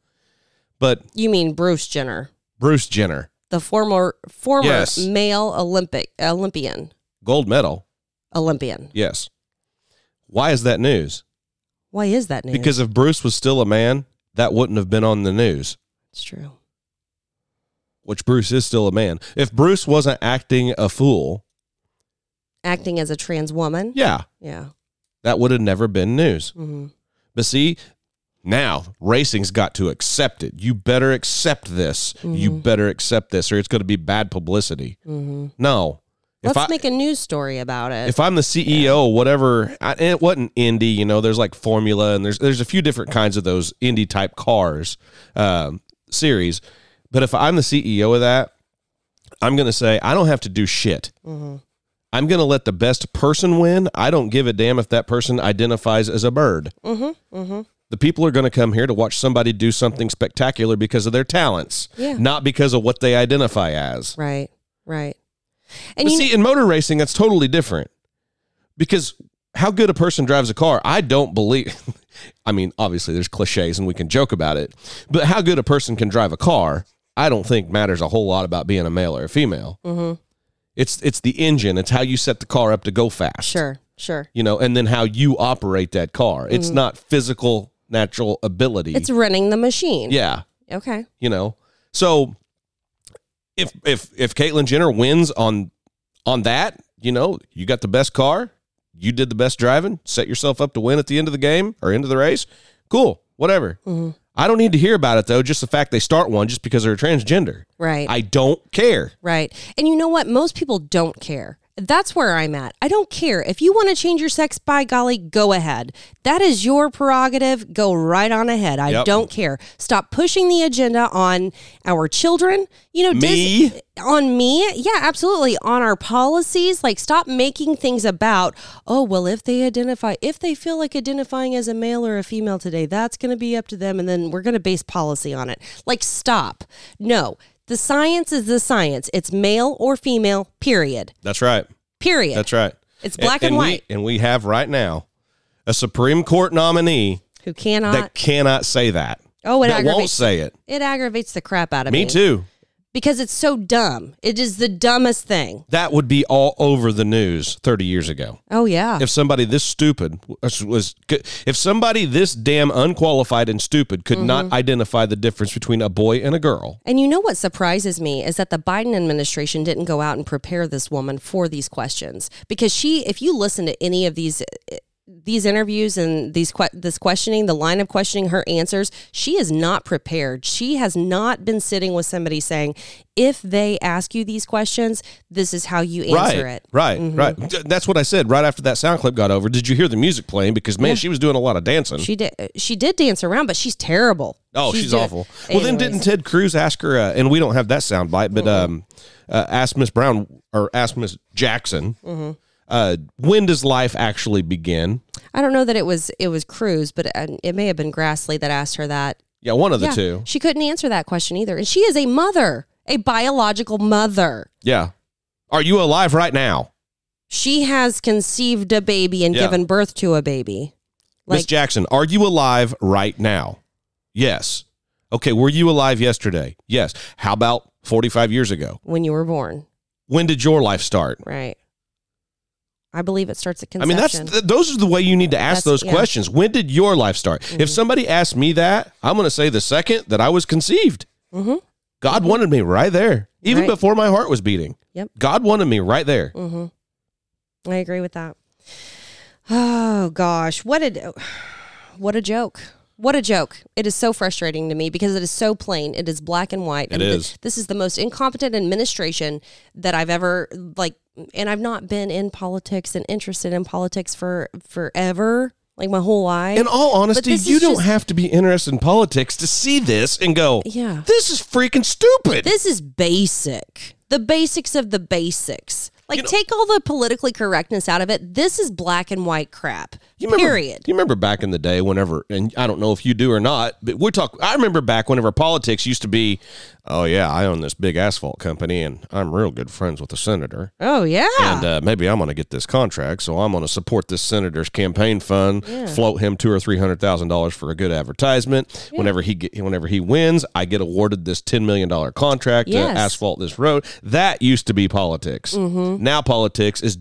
[SPEAKER 1] but
[SPEAKER 2] you mean Bruce Jenner,
[SPEAKER 1] Bruce Jenner,
[SPEAKER 2] the former former
[SPEAKER 1] Yes.
[SPEAKER 2] male Olympic Olympian
[SPEAKER 1] gold medal,
[SPEAKER 2] Olympian.
[SPEAKER 1] yes. Why is that news?
[SPEAKER 2] Why is that news?
[SPEAKER 1] Because if Bruce was still a man, that wouldn't have been on the news.
[SPEAKER 2] it's true.
[SPEAKER 1] Which Bruce is still a man. If Bruce wasn't acting a fool,
[SPEAKER 2] Acting as a trans woman.
[SPEAKER 1] yeah,
[SPEAKER 2] Yeah.
[SPEAKER 1] that would have never been news.
[SPEAKER 2] hmm
[SPEAKER 1] But see, now racing's got to accept it. You better accept this. You
[SPEAKER 2] Mm-hmm.
[SPEAKER 1] better accept this, or it's going to be bad publicity. No.
[SPEAKER 2] Let's
[SPEAKER 1] if I,
[SPEAKER 2] make a news story about it.
[SPEAKER 1] if I'm the CEO, whatever, I, and it wasn't indie, you know, there's like Formula and there's there's a few different kinds of those indie type cars um, series. But if I'm the CEO of that, I'm going to say I don't have to do shit.
[SPEAKER 2] Mm-hmm.
[SPEAKER 1] I'm going to let the best person win. I don't give a damn if that person identifies as a bird.
[SPEAKER 2] Mm-hmm,
[SPEAKER 1] The people are going to come here to watch somebody do something spectacular because of their talents,
[SPEAKER 2] Yeah.
[SPEAKER 1] not because of what they identify as.
[SPEAKER 2] right, right. And
[SPEAKER 1] But
[SPEAKER 2] you
[SPEAKER 1] see, in motor racing, that's totally different because how good a person drives a car, I don't believe. I mean, obviously, there's cliches and we can joke about it, but how good a person can drive a car, I don't think matters a whole lot about being a male or a female.
[SPEAKER 2] Mm-hmm.
[SPEAKER 1] It's it's the engine. It's how you set the car up to go fast.
[SPEAKER 2] sure, sure.
[SPEAKER 1] you know, and then how you operate that car. It's not physical natural ability.
[SPEAKER 2] Mm. It's running the machine.
[SPEAKER 1] yeah,
[SPEAKER 2] Okay.
[SPEAKER 1] you know. So if if if Caitlyn Jenner wins on on that, you know, you got the best car, you did the best driving, set yourself up to win at the end of the game or end of the race. Cool, whatever.
[SPEAKER 2] Mm-hmm.
[SPEAKER 1] I don't need to hear about it though. Just the fact they start one just because they're transgender.
[SPEAKER 2] Right.
[SPEAKER 1] I don't care.
[SPEAKER 2] Right. And you know what? Most people don't care. That's where I'm at. I don't care. If you want to change your sex, by golly, go ahead. That is your prerogative. Go right on ahead. I
[SPEAKER 1] Yep.
[SPEAKER 2] don't care. Stop pushing the agenda on our children. You know,
[SPEAKER 1] Me?
[SPEAKER 2] on me. Yeah, absolutely. On our policies. Like, stop making things about, oh, well, if they identify, if they feel like identifying as a male or a female today, that's going to be up to them. And then we're going to base policy on it. Like, stop. No, the science is the science. It's male or female, period.
[SPEAKER 1] That's right.
[SPEAKER 2] Period.
[SPEAKER 1] That's right.
[SPEAKER 2] It's black and white.
[SPEAKER 1] We, and we have right now a Supreme Court nominee
[SPEAKER 2] Who cannot.
[SPEAKER 1] that cannot say that.
[SPEAKER 2] oh, it
[SPEAKER 1] that won't
[SPEAKER 2] aggravates.
[SPEAKER 1] say it.
[SPEAKER 2] It aggravates the crap out of me.
[SPEAKER 1] Me too.
[SPEAKER 2] because it's so dumb. It is the dumbest thing.
[SPEAKER 1] That would be all over the news 30 years ago.
[SPEAKER 2] Oh yeah.
[SPEAKER 1] If somebody this stupid was, was if somebody this damn unqualified and stupid
[SPEAKER 2] Mm-hmm.
[SPEAKER 1] could not identify the difference between a boy and a girl.
[SPEAKER 2] and you know what surprises me is that the Biden administration didn't go out and prepare this woman for these questions because she if you listen to any of these eh, these interviews and these que- this questioning, the line of questioning, her answers, she is not prepared. She has not been sitting with somebody saying, "If they ask you these questions, this is how you answer
[SPEAKER 1] right.
[SPEAKER 2] it." Mm-hmm.
[SPEAKER 1] Right. Right. D- That's what I said right after that sound clip got over. Did you hear the music playing because man, she was doing a lot of dancing.
[SPEAKER 2] She did. She did dance around, but she's terrible.
[SPEAKER 1] Oh, she's,
[SPEAKER 2] doing-
[SPEAKER 1] awful. Well, then
[SPEAKER 2] Anyways.
[SPEAKER 1] didn't Ted Cruz ask her? Uh, and we don't have that sound bite, but um, uh, ask Miss Brown or ask Miss Jackson.
[SPEAKER 2] Mm-hmm.
[SPEAKER 1] Uh, when does life actually begin?
[SPEAKER 2] I don't know that it was it was Cruz, but uh, it may have been Grassley that asked her that.
[SPEAKER 1] Yeah, one of the
[SPEAKER 2] yeah,
[SPEAKER 1] two.
[SPEAKER 2] she couldn't answer that question either, and she is a mother, a biological mother.
[SPEAKER 1] Yeah. Are you alive right now?
[SPEAKER 2] She has conceived a baby and
[SPEAKER 1] Yeah.
[SPEAKER 2] given birth to a baby.
[SPEAKER 1] Miss Jackson, are you alive right now? Yes. Okay, were you alive yesterday? Yes. How about 45 years ago?
[SPEAKER 2] when you were born,
[SPEAKER 1] When did your life start?
[SPEAKER 2] right? I believe it starts at
[SPEAKER 1] I
[SPEAKER 2] conception.
[SPEAKER 1] mean, that's th- those are the way you need to ask
[SPEAKER 2] That's-
[SPEAKER 1] those
[SPEAKER 2] yeah. Mm-hmm.
[SPEAKER 1] questions. When did your life start? If somebody asked me that, I'm going to say the second that I was conceived.
[SPEAKER 2] Mhm.
[SPEAKER 1] God wanted me right there, even
[SPEAKER 2] Right.
[SPEAKER 1] before my heart was beating.
[SPEAKER 2] Yep.
[SPEAKER 1] God wanted me right there.
[SPEAKER 2] Mm-hmm. I agree with that. Oh gosh, what a what a joke! What a joke! It is so frustrating to me because it is so plain. It is black and white.
[SPEAKER 1] It
[SPEAKER 2] and thi-
[SPEAKER 1] is.
[SPEAKER 2] this is the most incompetent administration that I've ever like, and I've not been in politics and interested in politics for forever, like my whole life.
[SPEAKER 1] In all honesty,
[SPEAKER 2] this
[SPEAKER 1] you
[SPEAKER 2] is
[SPEAKER 1] don't
[SPEAKER 2] just-
[SPEAKER 1] have to be interested in politics to see this and go,
[SPEAKER 2] Yeah.
[SPEAKER 1] this is freaking stupid.
[SPEAKER 2] this is basic. The basics of the basics. Like,
[SPEAKER 1] You know-
[SPEAKER 2] take all the politically correctness out of it. This is black and white crap.
[SPEAKER 1] You remember,
[SPEAKER 2] period.
[SPEAKER 1] You remember back in the day, whenever, and I don't know if you do or not, but we're talking. I remember back whenever politics used to be, oh yeah, I own this big asphalt company, and I'm real good friends with the senator,
[SPEAKER 2] Oh yeah.
[SPEAKER 1] and uh, maybe I'm going to get this contract, so I'm going to support this senator's campaign fund, float him two or three hundred thousand dollars for a good advertisement. Whenever he get, whenever he wins, I get awarded this ten million dollar contract
[SPEAKER 2] Yes.
[SPEAKER 1] to asphalt this road. That used to be politics.
[SPEAKER 2] Mm-hmm.
[SPEAKER 1] Now politics is.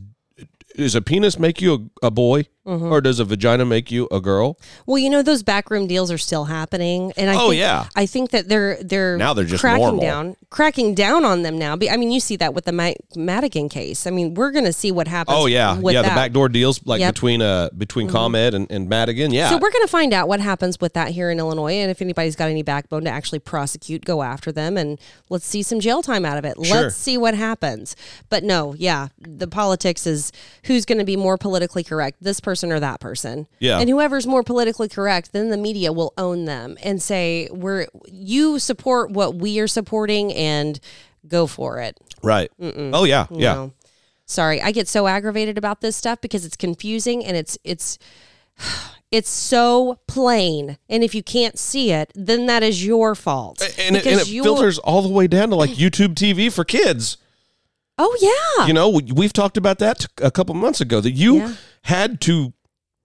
[SPEAKER 1] Does a penis make you a, a boy,
[SPEAKER 2] Mm-hmm.
[SPEAKER 1] or does a vagina make you a girl?
[SPEAKER 2] Well, you know those backroom deals are still happening, and I
[SPEAKER 1] Oh,
[SPEAKER 2] think,
[SPEAKER 1] yeah.
[SPEAKER 2] I think that they're they're
[SPEAKER 1] Now they're just
[SPEAKER 2] cracking
[SPEAKER 1] normal.
[SPEAKER 2] down, cracking down on them now. Be- I mean, you see that with the Ma- Madigan case. I mean, we're going to see what happens.
[SPEAKER 1] Oh yeah,
[SPEAKER 2] with
[SPEAKER 1] yeah.
[SPEAKER 2] that.
[SPEAKER 1] The backdoor deals, like
[SPEAKER 2] Yep. Mm-hmm.
[SPEAKER 1] between uh between ComEd and, and Madigan. Yeah,
[SPEAKER 2] So we're going to find out what happens with that here in Illinois, and if anybody's got any backbone to actually prosecute, go after them, and let's see some jail time out of it.
[SPEAKER 1] Sure.
[SPEAKER 2] Let's see what happens. But no, yeah, the politics is who's going to be more politically correct, this person or that person.
[SPEAKER 1] Yeah.
[SPEAKER 2] and whoever's more politically correct, then the media will own them and say we're you support what we are supporting and go for it.
[SPEAKER 1] right. Oh yeah, yeah.
[SPEAKER 2] No. Sorry, I get so aggravated about this stuff because it's confusing and it's it's it's so plain. And if you can't see it, then that is your fault.
[SPEAKER 1] And it, and it
[SPEAKER 2] Because you will-
[SPEAKER 1] filters all the way down to like YouTube TV for kids.
[SPEAKER 2] Oh yeah.
[SPEAKER 1] You know, we, we've talked about that a couple months ago that you
[SPEAKER 2] Yeah.
[SPEAKER 1] had to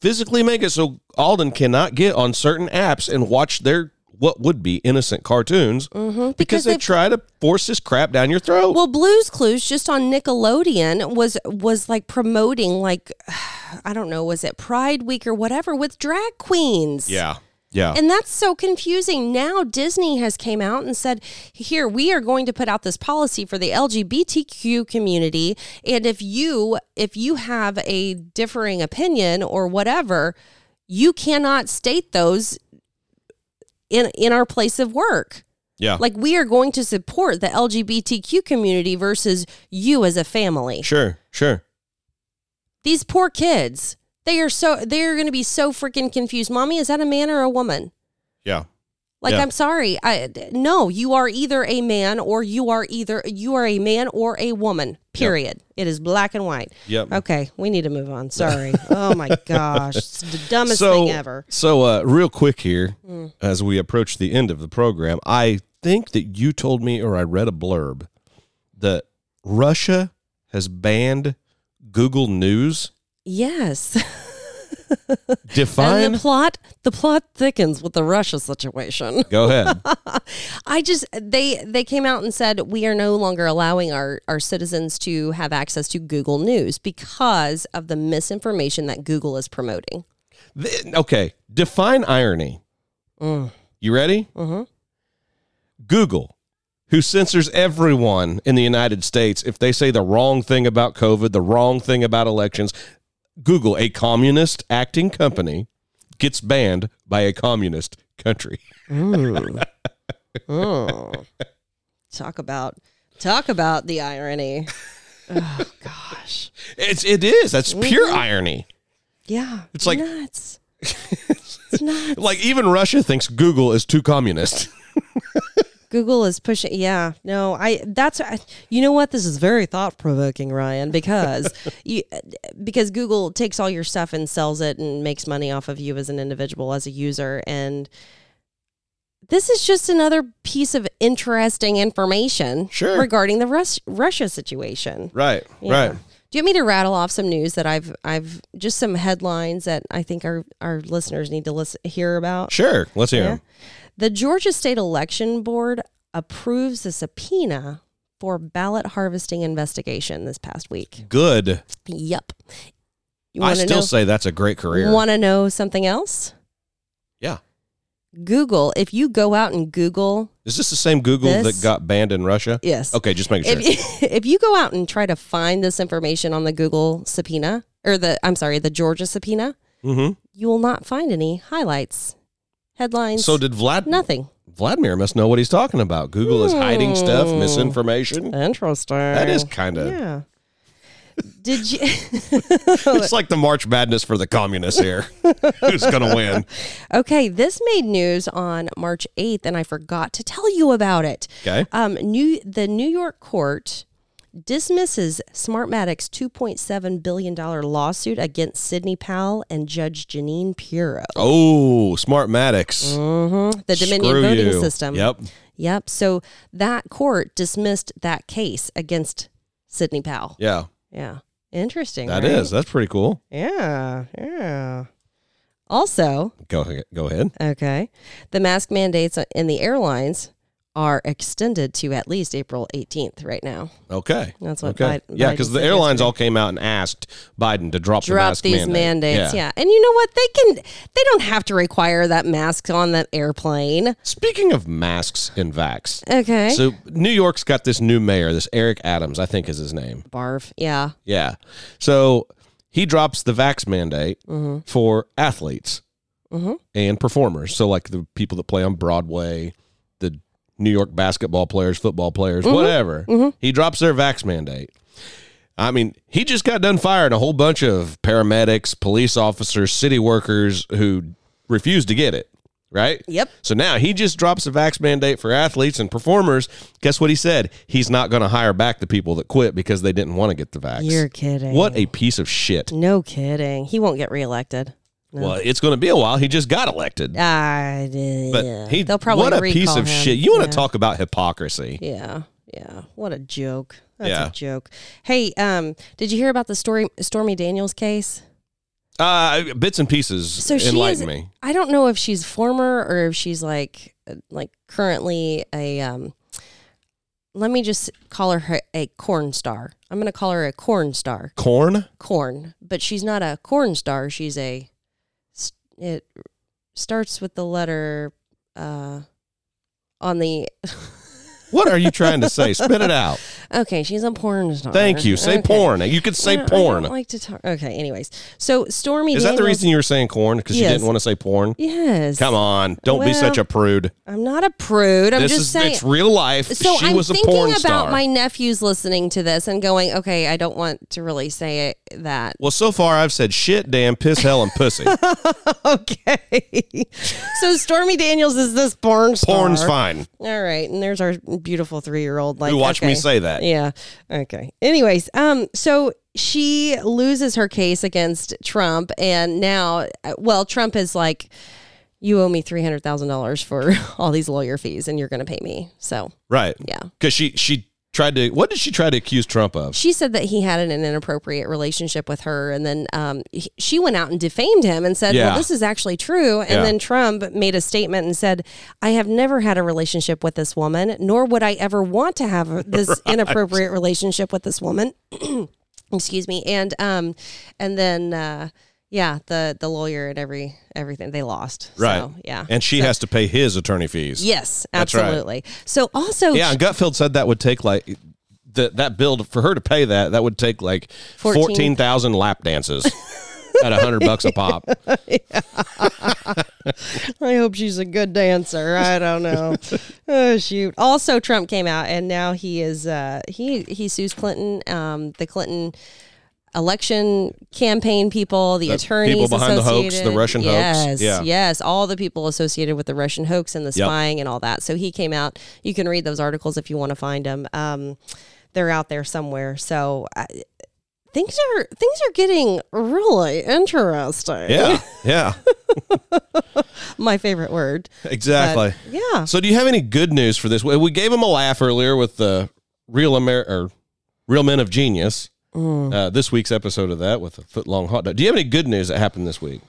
[SPEAKER 1] physically make it so Alden cannot get on certain apps and watch their what would be innocent cartoons because,
[SPEAKER 2] Mm-hmm. because
[SPEAKER 1] they
[SPEAKER 2] they've-
[SPEAKER 1] try to force this crap down your throat.
[SPEAKER 2] Well, Blues Clues just on Nickelodeon was was like promoting like I don't know, was it Pride Week or whatever with drag queens.
[SPEAKER 1] yeah, yeah.
[SPEAKER 2] and that's so confusing now disney has came out and said here we are going to put out this policy for the lgbtq community and if you if you have a differing opinion or whatever you cannot state those in in our place of work
[SPEAKER 1] yeah.
[SPEAKER 2] like we are going to support the lgbtq community versus you as a family
[SPEAKER 1] sure, sure.
[SPEAKER 2] these poor kids they are so they are going to be so freaking confused mommy is that a man or a woman
[SPEAKER 1] Yeah.
[SPEAKER 2] Like
[SPEAKER 1] Yeah.
[SPEAKER 2] I'm sorry, I no. You are either a man or you are either you are a man or a woman. Period. It is black and white.
[SPEAKER 1] Yep.
[SPEAKER 2] Okay, we need to move on. Sorry. oh my gosh, it's the dumbest thing ever.
[SPEAKER 1] So, uh, real quick here, as we approach the end of the program, I think that you told me, or I read a blurb, that Russia has banned Google News
[SPEAKER 2] Yes.
[SPEAKER 1] Define.
[SPEAKER 2] And the plot, the plot thickens with the Russia situation.
[SPEAKER 1] Go ahead.
[SPEAKER 2] I just they they came out and said we are no longer allowing our our citizens to have access to Google News because of the misinformation that Google is promoting.
[SPEAKER 1] Th- okay, define irony.
[SPEAKER 2] Mm.
[SPEAKER 1] You ready? Mm-hmm. Google, who censors everyone in the United States if they say the wrong thing about COVID, the wrong thing about elections. Google, a communist acting company, gets banned by a communist country.
[SPEAKER 2] Talk about talk about the irony.
[SPEAKER 1] It's it is. That's pure
[SPEAKER 2] Mm-hmm.
[SPEAKER 1] irony.
[SPEAKER 2] Yeah,
[SPEAKER 1] It's like-
[SPEAKER 2] nuts. it's nuts.
[SPEAKER 1] Like even Russia thinks Google is too communist.
[SPEAKER 2] Google is pushing. Yeah, no, I. That's I, you know what this is very thought provoking, Ryan, because you because Google takes all your stuff and sells it and makes money off of you as an individual, as a user, and this is just another piece of interesting information
[SPEAKER 1] Sure.
[SPEAKER 2] regarding the Rus- Russia situation.
[SPEAKER 1] Right.
[SPEAKER 2] Yeah.
[SPEAKER 1] Right.
[SPEAKER 2] Do you want me to rattle off some news that I've I've just some headlines that I think our our listeners need to listen hear about?
[SPEAKER 1] Sure. Let's hear him.
[SPEAKER 2] The Georgia State Election Board approves a subpoena for ballot harvesting investigation this past week.
[SPEAKER 1] Good.
[SPEAKER 2] Yep. You
[SPEAKER 1] I
[SPEAKER 2] want
[SPEAKER 1] still
[SPEAKER 2] to
[SPEAKER 1] say that's a great career.
[SPEAKER 2] know? Want to know something else?
[SPEAKER 1] yeah.
[SPEAKER 2] Google. If you go out and Google,
[SPEAKER 1] Is this the same Google
[SPEAKER 2] This-
[SPEAKER 1] that got banned in Russia?
[SPEAKER 2] yes.
[SPEAKER 1] Okay, just making sure.
[SPEAKER 2] If, if you go out and try to find this information on the Google subpoena or the I'm sorry, the Georgia subpoena,
[SPEAKER 1] mm-hmm.
[SPEAKER 2] you will not find any highlights, headlines.
[SPEAKER 1] So did Vlad?
[SPEAKER 2] nothing.
[SPEAKER 1] Vladimir must know what he's talking about. Google is hiding stuff, misinformation.
[SPEAKER 2] Interesting.
[SPEAKER 1] That is kind of.
[SPEAKER 2] Hmm. Yeah. Did you?
[SPEAKER 1] It's like the March Madness for the communists here. Who's going to win?
[SPEAKER 2] okay, this made news on March 8th, and I forgot to tell you about it.
[SPEAKER 1] Okay.
[SPEAKER 2] Um, new the New York court dismisses Smartmatic's 2.7 billion dollar lawsuit against Sidney Powell and Judge Janine Pirro,
[SPEAKER 1] Oh, Smartmatics.
[SPEAKER 2] Mm, the Dominion
[SPEAKER 1] Mm-hmm. Screw
[SPEAKER 2] voting
[SPEAKER 1] you.
[SPEAKER 2] system.
[SPEAKER 1] Yep.
[SPEAKER 2] Yep. So that court dismissed that case against Sidney Powell.
[SPEAKER 1] Yeah.
[SPEAKER 2] Yeah. Interesting.
[SPEAKER 1] that is.
[SPEAKER 2] right?
[SPEAKER 1] That's pretty cool.
[SPEAKER 2] Yeah. Yeah. Also,
[SPEAKER 1] Go ahead. Go ahead.
[SPEAKER 2] Okay. The mask mandates in the airlines are extended to at least April 18th right now.
[SPEAKER 1] Okay.
[SPEAKER 2] That's what
[SPEAKER 1] Okay.
[SPEAKER 2] Biden-
[SPEAKER 1] yeah,
[SPEAKER 2] Biden
[SPEAKER 1] because the
[SPEAKER 2] said
[SPEAKER 1] airlines all came out and asked Biden to drop, the
[SPEAKER 2] Drop
[SPEAKER 1] mask
[SPEAKER 2] these
[SPEAKER 1] mandate.
[SPEAKER 2] mandates. Yeah. And you know what? They can they don't have to require that mask on that airplane.
[SPEAKER 1] Speaking of masks and vax,
[SPEAKER 2] Okay.
[SPEAKER 1] so New York's got this new mayor, this Eric Adams, I think is his name.
[SPEAKER 2] Barf. Yeah.
[SPEAKER 1] Yeah. So he drops the vax mandate for athletes and performers. So, like the people that play on Broadway, the New York basketball players, football players, whatever. He drops their vax mandate. I mean, he just got done firing a whole bunch of paramedics, police officers, city workers who refused to get it, right?
[SPEAKER 2] Yep.
[SPEAKER 1] So now he just drops a vax mandate for athletes and performers. Guess what he said? He's not going to hire back the people that quit because they didn't want to get the vax.
[SPEAKER 2] You're kidding.
[SPEAKER 1] What a piece of shit.
[SPEAKER 2] No kidding. He won't get reelected.
[SPEAKER 1] Well, it's going to be a while. He just got elected.
[SPEAKER 2] Ah,
[SPEAKER 1] But
[SPEAKER 2] yeah.
[SPEAKER 1] he,
[SPEAKER 2] They'll probably
[SPEAKER 1] what a piece
[SPEAKER 2] recall
[SPEAKER 1] of
[SPEAKER 2] him.
[SPEAKER 1] shit. You want to
[SPEAKER 2] Yeah.
[SPEAKER 1] talk about hypocrisy?
[SPEAKER 2] Yeah. Yeah. What a joke. That's
[SPEAKER 1] Yeah.
[SPEAKER 2] a joke. Hey, um, did you hear about the story Stormy Daniels case?
[SPEAKER 1] Uh, bits and pieces
[SPEAKER 2] so she
[SPEAKER 1] enlighten
[SPEAKER 2] is,
[SPEAKER 1] me.
[SPEAKER 2] I don't know if she's former or if she's like uh, like currently a um let me just call her a corn star. I'm going to call her a corn star.
[SPEAKER 1] Corn?
[SPEAKER 2] Corn, but she's not a corn star, she's a s- it starts with the letter uh on the
[SPEAKER 1] What are you trying to say? Spit it out.
[SPEAKER 2] Okay, she's a porn star.
[SPEAKER 1] Thank you. Say
[SPEAKER 2] Okay.
[SPEAKER 1] porn. You could say
[SPEAKER 2] No, I
[SPEAKER 1] porn.
[SPEAKER 2] don't like to talk. Okay, anyways. So Stormy
[SPEAKER 1] Is that the
[SPEAKER 2] Daniels-
[SPEAKER 1] reason you were saying corn? Because you
[SPEAKER 2] Yes.
[SPEAKER 1] didn't want to say porn?
[SPEAKER 2] Yes.
[SPEAKER 1] Come on. Don't be
[SPEAKER 2] Well,
[SPEAKER 1] such a prude.
[SPEAKER 2] I'm not a prude. I'm
[SPEAKER 1] this
[SPEAKER 2] just
[SPEAKER 1] is
[SPEAKER 2] saying
[SPEAKER 1] it's real life.
[SPEAKER 2] so
[SPEAKER 1] she
[SPEAKER 2] I'm
[SPEAKER 1] was a
[SPEAKER 2] thinking
[SPEAKER 1] porn
[SPEAKER 2] about
[SPEAKER 1] star.
[SPEAKER 2] my nephews listening to this and going, okay, I don't want to really say it, that.
[SPEAKER 1] well, so far I've said shit, damn, piss, hell, and pussy.
[SPEAKER 2] Okay. so Stormy Daniels is this porn star.
[SPEAKER 1] Porn's fine.
[SPEAKER 2] All right, and there's our beautiful three year old. Like,
[SPEAKER 1] Who watched me
[SPEAKER 2] okay.
[SPEAKER 1] say that?
[SPEAKER 2] Yeah. Okay. Anyways, um, so she loses her case against Trump, and now, uh, well, Trump is like, you owe me three hundred thousand dollars for all these lawyer fees, and you're going to pay me. So
[SPEAKER 1] Right.
[SPEAKER 2] Yeah.
[SPEAKER 1] Because she she tried to. What did she try to accuse Trump of?
[SPEAKER 2] She said that he had an, an inappropriate relationship with her, and then um, he- she went out and defamed him and said,
[SPEAKER 1] Yeah.
[SPEAKER 2] "Well, this is actually true." And
[SPEAKER 1] Yeah.
[SPEAKER 2] then Trump made a statement and said, "I have never had a relationship with this woman, nor would I ever want to have a- this inappropriate relationship with this woman." Excuse me, and um, and then uh, yeah, the the lawyer and every everything they lost.
[SPEAKER 1] Right.
[SPEAKER 2] So, yeah.
[SPEAKER 1] And she has to pay his attorney fees.
[SPEAKER 2] yes,
[SPEAKER 1] That's right.
[SPEAKER 2] absolutely. So also,
[SPEAKER 1] Yeah, and Gutfeld said that would take like that that bill for her to pay that that would take like
[SPEAKER 2] Fourteen.
[SPEAKER 1] fourteen thousand lap dances at a hundred bucks a pop.
[SPEAKER 2] I hope she's a good dancer. I don't know. oh shoot. Also Trump came out and now he is uh he he sues Clinton, um the Clinton election campaign people, the, attorneys
[SPEAKER 1] people behind the hoax, the
[SPEAKER 2] associated-
[SPEAKER 1] Russian hoax.
[SPEAKER 2] yes,
[SPEAKER 1] Yeah.
[SPEAKER 2] Yes, all the people associated with the Russian hoax and the
[SPEAKER 1] Yep.
[SPEAKER 2] spying and all that. So he came out. You can read those articles if you want to find them. Um they're out there somewhere. So I, things are things are getting really interesting.
[SPEAKER 1] Yeah, yeah,
[SPEAKER 2] My favorite word.
[SPEAKER 1] exactly.
[SPEAKER 2] Yeah.
[SPEAKER 1] So, do you have any good news for this? We we gave him a laugh earlier with the real Amer- or real men of genius. Uh, this week's episode of that with a foot long hot dog. Do you have any good news that happened this week?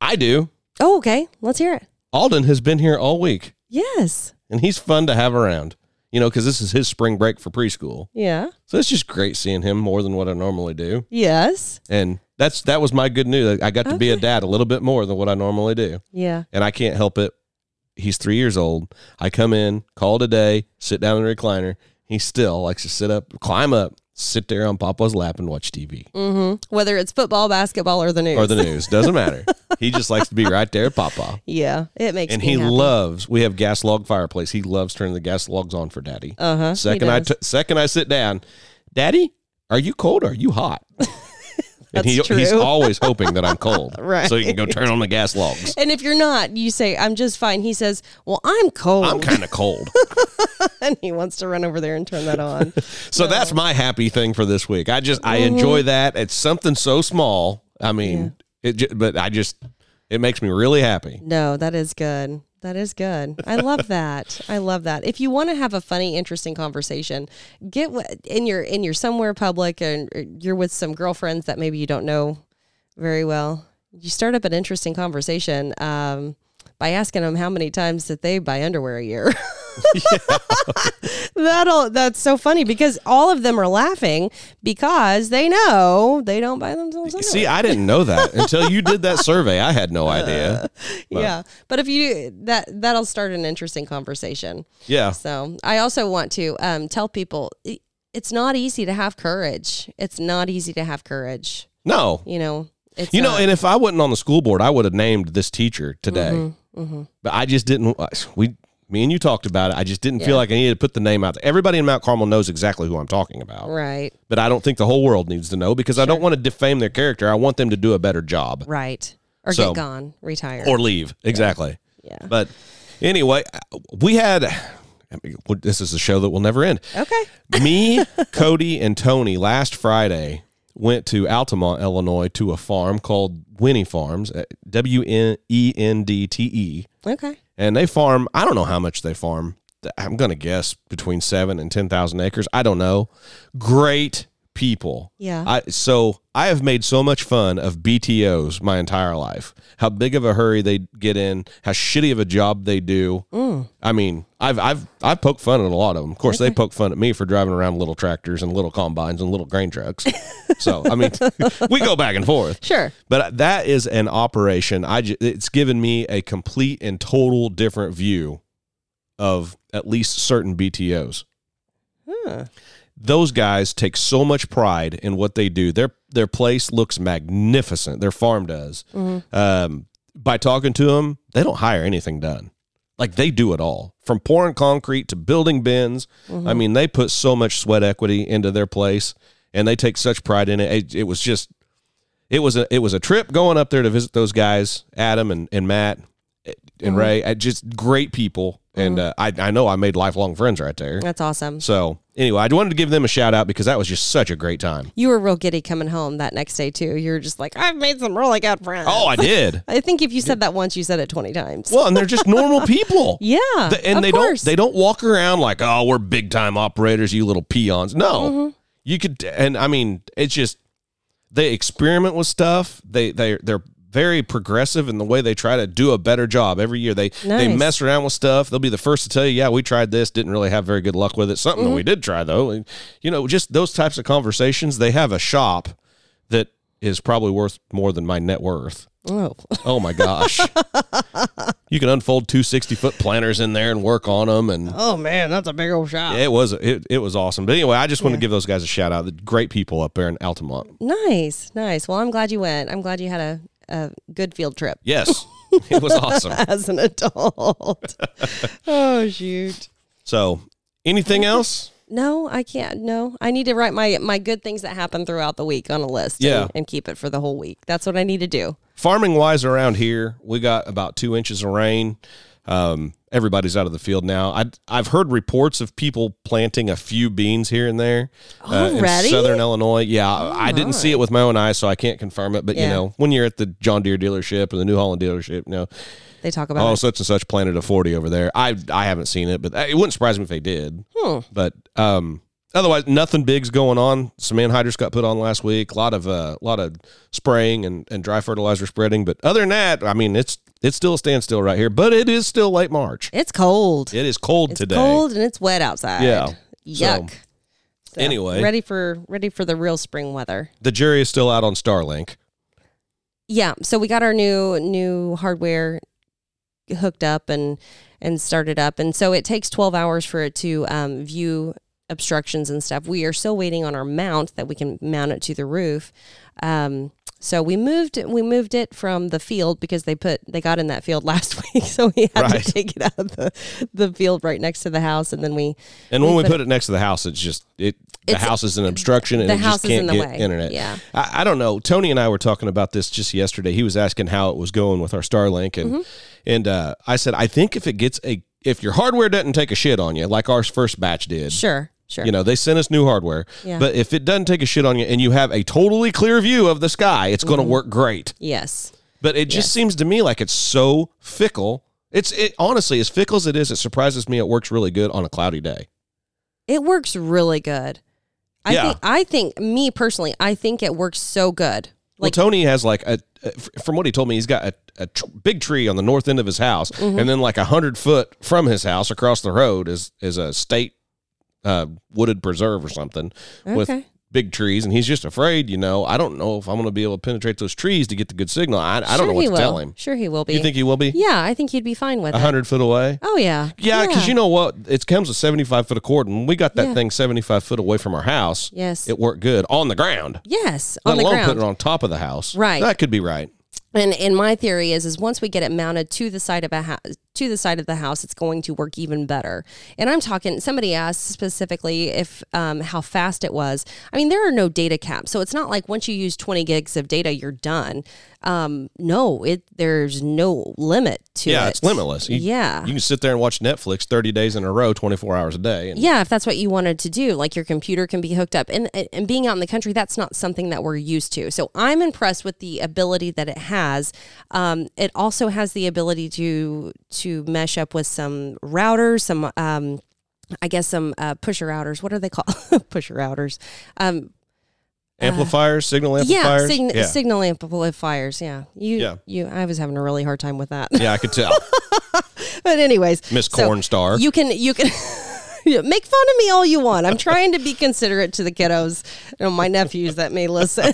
[SPEAKER 1] I do.
[SPEAKER 2] Oh, okay. Let's hear it.
[SPEAKER 1] Alden has been here all week,
[SPEAKER 2] Yes.
[SPEAKER 1] and he's fun to have around. You know, because this is his spring break for preschool.
[SPEAKER 2] Yeah.
[SPEAKER 1] So it's just great seeing him more than what I normally do.
[SPEAKER 2] Yes.
[SPEAKER 1] And that's that was my good news. I got to be a dad a little bit more than what I normally do.
[SPEAKER 2] Yeah.
[SPEAKER 1] And I can't help it. He's three years old. I come in, call today, sit down in the recliner. He still likes to sit up, climb up, sit there on Papa's lap and watch TV
[SPEAKER 2] Whether it's football, basketball, or the news.
[SPEAKER 1] or the news. Doesn't matter. He just likes to be right there at Papa.
[SPEAKER 2] yeah. It makes
[SPEAKER 1] And
[SPEAKER 2] me
[SPEAKER 1] he
[SPEAKER 2] happy.
[SPEAKER 1] loves. We have gas log fireplace. He loves turning the gas logs on for Daddy. Uh
[SPEAKER 2] Uh-huh, he
[SPEAKER 1] Second I
[SPEAKER 2] does.
[SPEAKER 1] t- second I sit down, Daddy, are you cold or are you hot? and he
[SPEAKER 2] That's
[SPEAKER 1] he's
[SPEAKER 2] true.
[SPEAKER 1] always hoping that I'm cold,
[SPEAKER 2] Right.
[SPEAKER 1] So he can go turn on the gas logs.
[SPEAKER 2] and if you're not, you say, I'm just fine. He says, Well, I'm cold.
[SPEAKER 1] I'm kind of cold.
[SPEAKER 2] and he wants to run over there and turn that on.
[SPEAKER 1] So that's my happy thing for this week. I just I
[SPEAKER 2] Mm-hmm.
[SPEAKER 1] enjoy that. It's something so small. I mean, it ju- but I just it makes me really happy.
[SPEAKER 2] No, that is good. That is good. I love that. I love that. If you want to have a funny, interesting conversation, get wh- in your in your somewhere public and or you're with some girlfriends that maybe you don't know very well. You start up an interesting conversation um, by asking them how many times that they buy underwear a year. That'll that's so funny because all of them are laughing because they know they don't buy themselves underwear.
[SPEAKER 1] See, I didn't know that until you did that survey. I had no
[SPEAKER 2] Uh,
[SPEAKER 1] idea.
[SPEAKER 2] yeah, but if you that that'll start an interesting conversation.
[SPEAKER 1] Yeah.
[SPEAKER 2] So I also want to um, tell people i- it's not easy to have courage. It's not easy to have courage.
[SPEAKER 1] No.
[SPEAKER 2] You know, it's
[SPEAKER 1] You know,
[SPEAKER 2] not-
[SPEAKER 1] and if I wasn't on the school board, I would have named this teacher today.
[SPEAKER 2] Mm-hmm,
[SPEAKER 1] But I just didn't. uh, We, me and you talked about it. I just didn't feel like I needed to put the name out there. Everybody in Mount Carmel knows exactly who I'm talking about,
[SPEAKER 2] right,
[SPEAKER 1] but I don't think the whole world needs to know because I don't want to defame their character. I want them to do a better job
[SPEAKER 2] right, or
[SPEAKER 1] So-
[SPEAKER 2] get gone, retire,
[SPEAKER 1] or leave. Exactly.
[SPEAKER 2] yeah.
[SPEAKER 1] But anyway, we had. I mean, This is a show that will never end.
[SPEAKER 2] okay,
[SPEAKER 1] Me, Cody, and Tony last Friday went to Altamont, Illinois, to a farm called Winnie Farms, uh, W N E N D T E,
[SPEAKER 2] okay,
[SPEAKER 1] and they farm. I don't know how much they farm. I'm gonna guess between seven and ten thousand acres. I don't know. Great people.
[SPEAKER 2] Yeah.
[SPEAKER 1] I so I have made so much fun of BTOs my entire life. How big of a hurry they get in, how shitty of a job they do.
[SPEAKER 2] Mm.
[SPEAKER 1] I mean, I've I've I've poked fun at a lot of them. Of course, they poke fun at me for driving around little tractors and little combines and little grain trucks. so I mean, we go back and forth.
[SPEAKER 2] sure,
[SPEAKER 1] But that is an operation. I ju- it's given me a complete and total different view of at least certain BTOs. Those guys take so much pride in what they do. Their their place looks magnificent. Their farm does. Um, by talking to them, they don't hire anything done. Like they do it all, from pouring concrete to building bins. I mean, they put so much sweat equity into their place, and they take such pride in it. It, it was just it was a it was a trip going up there to visit those guys, Adam and, and Matt and Ray. Uh, Just great people, and uh, I I know I made lifelong friends right there.
[SPEAKER 2] that's awesome.
[SPEAKER 1] So Anyway, I wanted to give them a shout out because that was just such a great time.
[SPEAKER 2] You were real giddy coming home that next day too. You're just like, I've made some really good friends.
[SPEAKER 1] Oh, I did.
[SPEAKER 2] I think if you said that once, you said it twenty times.
[SPEAKER 1] Well, and they're just normal people.
[SPEAKER 2] Yeah,
[SPEAKER 1] The- and
[SPEAKER 2] of
[SPEAKER 1] they
[SPEAKER 2] course.
[SPEAKER 1] don't they don't walk around like, "Oh, we're big time operators, you little peons." No.
[SPEAKER 2] Mm-hmm.
[SPEAKER 1] You could and I mean, it's just they experiment with stuff. They they they're very progressive in the way they try to do a better job every year. They they
[SPEAKER 2] Nice.
[SPEAKER 1] mess around with stuff. They'll be the first to tell you, "Yeah, we tried this, didn't really have very good luck with it." Something
[SPEAKER 2] Mm-hmm.
[SPEAKER 1] that we did try though. And, you know, just those types of conversations. They have a shop that is probably worth more than my net worth.
[SPEAKER 2] Oh,
[SPEAKER 1] Oh my gosh. you can unfold two 60 foot planters in there and work on them. And
[SPEAKER 2] oh man, that's a big old shot.
[SPEAKER 1] it was, it, it was awesome. But anyway, I just want to give those guys a shout out. The great people up there in Altamont.
[SPEAKER 2] Nice, nice. Well, I'm glad you went. I'm glad you had a, a good field trip
[SPEAKER 1] Yes, it was awesome.
[SPEAKER 2] as an adult. oh shoot.
[SPEAKER 1] So anything else?
[SPEAKER 2] No, I can't. No, I need to write my my good things that happen throughout the week on a list. and-
[SPEAKER 1] Yeah.
[SPEAKER 2] and, keep it for the whole week. That's what I need to do.
[SPEAKER 1] Farming wise around here, we got about two inches of rain. Um, everybody's out of the field now. I, I've heard reports of people planting a few beans here and there uh, in
[SPEAKER 2] Already? Oh
[SPEAKER 1] southern Illinois. Yeah, I didn't see it with my own eyes, so I can't confirm it. But you
[SPEAKER 2] Yeah.
[SPEAKER 1] know, when you're at the John Deere dealership or the New Holland dealership, you know,
[SPEAKER 2] They talk about.
[SPEAKER 1] oh,
[SPEAKER 2] it.
[SPEAKER 1] such and such planted a 40 over there. I I haven't seen it, but uh, it wouldn't surprise me if they did. But um, otherwise, nothing big's going on. Some anhydrous got put on last week. A lot of uh, lot of spraying and, and dry fertilizer spreading. But other than that, I mean, it's it's still a standstill right here. But it is still late March.
[SPEAKER 2] It's cold.
[SPEAKER 1] It is cold
[SPEAKER 2] It's
[SPEAKER 1] today.
[SPEAKER 2] cold and it's wet outside.
[SPEAKER 1] Yeah.
[SPEAKER 2] Yuck.
[SPEAKER 1] So, anyway.
[SPEAKER 2] ready for ready for the real spring weather.
[SPEAKER 1] The jury is still out on Starlink.
[SPEAKER 2] Yeah, so we got our new new hardware hooked up and and started up, and so it takes twelve hours for it to um, view obstructions and stuff. We are still waiting on our mount that we can mount it to the roof. Um, so we moved we moved it from the field because they put they got in that field last week, so we had
[SPEAKER 1] Right.
[SPEAKER 2] to take it out of the, the field right next to the house, and then we
[SPEAKER 1] And when we,
[SPEAKER 2] We
[SPEAKER 1] put,
[SPEAKER 2] put
[SPEAKER 1] it, next to the house, it's just it. The
[SPEAKER 2] It's-
[SPEAKER 1] house is an obstruction, and
[SPEAKER 2] the
[SPEAKER 1] it
[SPEAKER 2] house
[SPEAKER 1] just
[SPEAKER 2] is
[SPEAKER 1] can't
[SPEAKER 2] in the
[SPEAKER 1] get
[SPEAKER 2] way.
[SPEAKER 1] internet.
[SPEAKER 2] Yeah.
[SPEAKER 1] I, I don't know. Tony and I were talking about this just yesterday. He was asking how it was going with our Starlink,
[SPEAKER 2] Mm-hmm.
[SPEAKER 1] and and uh, I said I think if it gets a if your hardware doesn't take a shit on you like our first batch did,
[SPEAKER 2] sure sure
[SPEAKER 1] you know they sent us new hardware,
[SPEAKER 2] Yeah.
[SPEAKER 1] but if it doesn't take a shit on you and you have a totally clear view of the sky, it's
[SPEAKER 2] Mm-hmm.
[SPEAKER 1] going to work great.
[SPEAKER 2] yes
[SPEAKER 1] But it just seems to me like it's so fickle. It's it honestly as fickle as it is. It surprises me. It works really good on a cloudy day.
[SPEAKER 2] It works really good. I
[SPEAKER 1] Yeah.
[SPEAKER 2] think I think me personally, I think it works so good. Like
[SPEAKER 1] well, Tony has like a, a- from what he told me, he's got a, a tr- big tree on the north end of his house,
[SPEAKER 2] Mm-hmm.
[SPEAKER 1] and then like a hundred foot from his house across the road is is a state uh, wooded preserve or something with
[SPEAKER 2] Okay.
[SPEAKER 1] big trees, and he's just afraid. You know, I don't know if I'm going to be able to penetrate those trees to get the good signal. I, I
[SPEAKER 2] sure
[SPEAKER 1] don't know what
[SPEAKER 2] he
[SPEAKER 1] to
[SPEAKER 2] will.
[SPEAKER 1] tell him.
[SPEAKER 2] Sure he will be.
[SPEAKER 1] You think he will be
[SPEAKER 2] yeah, I think he'd be fine with
[SPEAKER 1] a
[SPEAKER 2] it.
[SPEAKER 1] hundred foot away?
[SPEAKER 2] Oh yeah.
[SPEAKER 1] Yeah, because you know what? It comes with 75 foot of cord, and we got that
[SPEAKER 2] Yeah.
[SPEAKER 1] thing 75 foot away from our house.
[SPEAKER 2] Yes.
[SPEAKER 1] It worked good on the ground,
[SPEAKER 2] Yes,
[SPEAKER 1] let
[SPEAKER 2] on the
[SPEAKER 1] alone
[SPEAKER 2] ground.
[SPEAKER 1] putting it on top of the house.
[SPEAKER 2] Right.
[SPEAKER 1] That could be right.
[SPEAKER 2] And and my theory is is once we get it mounted to the side of a house to the side of the house, it's going to work even better. And I'm talking. Somebody asked specifically if um, how fast it was. I mean, there are no data caps, so it's not like once you use 20 gigs of data, you're done. Um, no, it there's no limit to it.
[SPEAKER 1] Yeah, it's limitless. You-
[SPEAKER 2] yeah.
[SPEAKER 1] You can sit there and watch Netflix 30 days in a row, 24 hours a day. And
[SPEAKER 2] yeah, if that's what you wanted to do, like your computer can be hooked up, and and being out in the country, that's not something that we're used to. So I'm impressed with the ability that it has. Um, it also has the ability to to mesh up with some routers, some um, I guess some uh, pusher routers. What are they called? pusher routers. Um,
[SPEAKER 1] amplifiers, signal amplifiers.
[SPEAKER 2] Yeah, sign-
[SPEAKER 1] yeah.
[SPEAKER 2] signal amplifiers. Yeah, you.
[SPEAKER 1] Yeah.
[SPEAKER 2] You. I was having a really hard time with that.
[SPEAKER 1] Yeah, I could tell.
[SPEAKER 2] but anyways,
[SPEAKER 1] Miss
[SPEAKER 2] so
[SPEAKER 1] Cornstar.
[SPEAKER 2] You can you can make fun of me all you want. I'm trying to be considerate to the kiddos, you know, my nephews that may listen,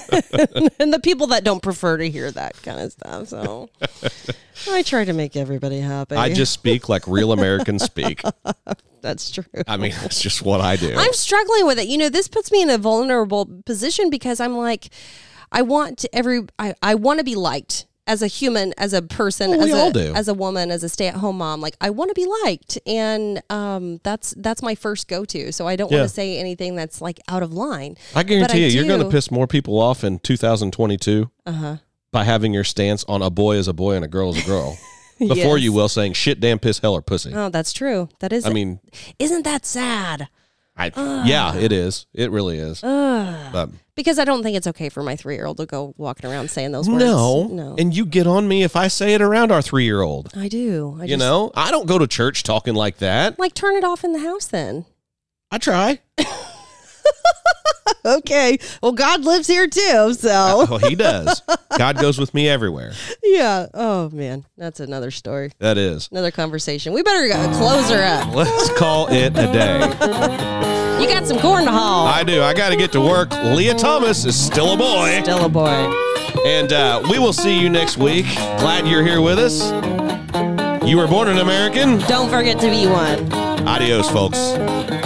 [SPEAKER 2] and the people that don't prefer to hear that kind of stuff. So I try to make everybody happy.
[SPEAKER 1] I just speak like real Americans speak.
[SPEAKER 2] that's true.
[SPEAKER 1] I mean, that's just what I do.
[SPEAKER 2] I'm struggling with it. You know, this puts me in a vulnerable position because I'm like, I want to every, I, I want to be liked as a human, as a person,
[SPEAKER 1] Well,
[SPEAKER 2] as
[SPEAKER 1] we
[SPEAKER 2] a,
[SPEAKER 1] all do.
[SPEAKER 2] as a woman, as a stay at home mom. Like I want to be liked. And, um, that's, that's my first go-to. So I don't
[SPEAKER 1] Yeah.
[SPEAKER 2] want to say anything that's like out of line.
[SPEAKER 1] I
[SPEAKER 2] But I
[SPEAKER 1] guarantee you, you're going to
[SPEAKER 2] do- Uh-huh.
[SPEAKER 1] piss more people off in 2022 by having your stance on a boy is a boy and a girl is a girl before
[SPEAKER 2] Yes.
[SPEAKER 1] you will saying shit, damn, piss, hell, or pussy.
[SPEAKER 2] Oh, that's true. That is,
[SPEAKER 1] I mean,
[SPEAKER 2] isn't that sad?
[SPEAKER 1] I,
[SPEAKER 2] uh.
[SPEAKER 1] yeah, it is. It really is. But
[SPEAKER 2] because I don't think it's okay for my three year old to go walking around saying those words.
[SPEAKER 1] no,
[SPEAKER 2] no,
[SPEAKER 1] and you get on me if I say it around our three year old.
[SPEAKER 2] I do. I
[SPEAKER 1] You know, I don't go to church talking like that.
[SPEAKER 2] like turn it off in the house then.
[SPEAKER 1] I try.
[SPEAKER 2] Okay. Well, God lives here too, so
[SPEAKER 1] Oh, he does. God goes with me everywhere.
[SPEAKER 2] yeah. Oh man, that's another story,
[SPEAKER 1] That is.
[SPEAKER 2] another conversation. We better uh, close her up.
[SPEAKER 1] Let's call it a day.
[SPEAKER 2] You got some corn to haul.
[SPEAKER 1] I do. I got to get to work. Leah Thomas is still a boy.
[SPEAKER 2] Still a boy.
[SPEAKER 1] And uh, we will see you next week. Glad you're here with us. You were born an American.
[SPEAKER 2] Don't forget to be one.
[SPEAKER 1] Adios, folks.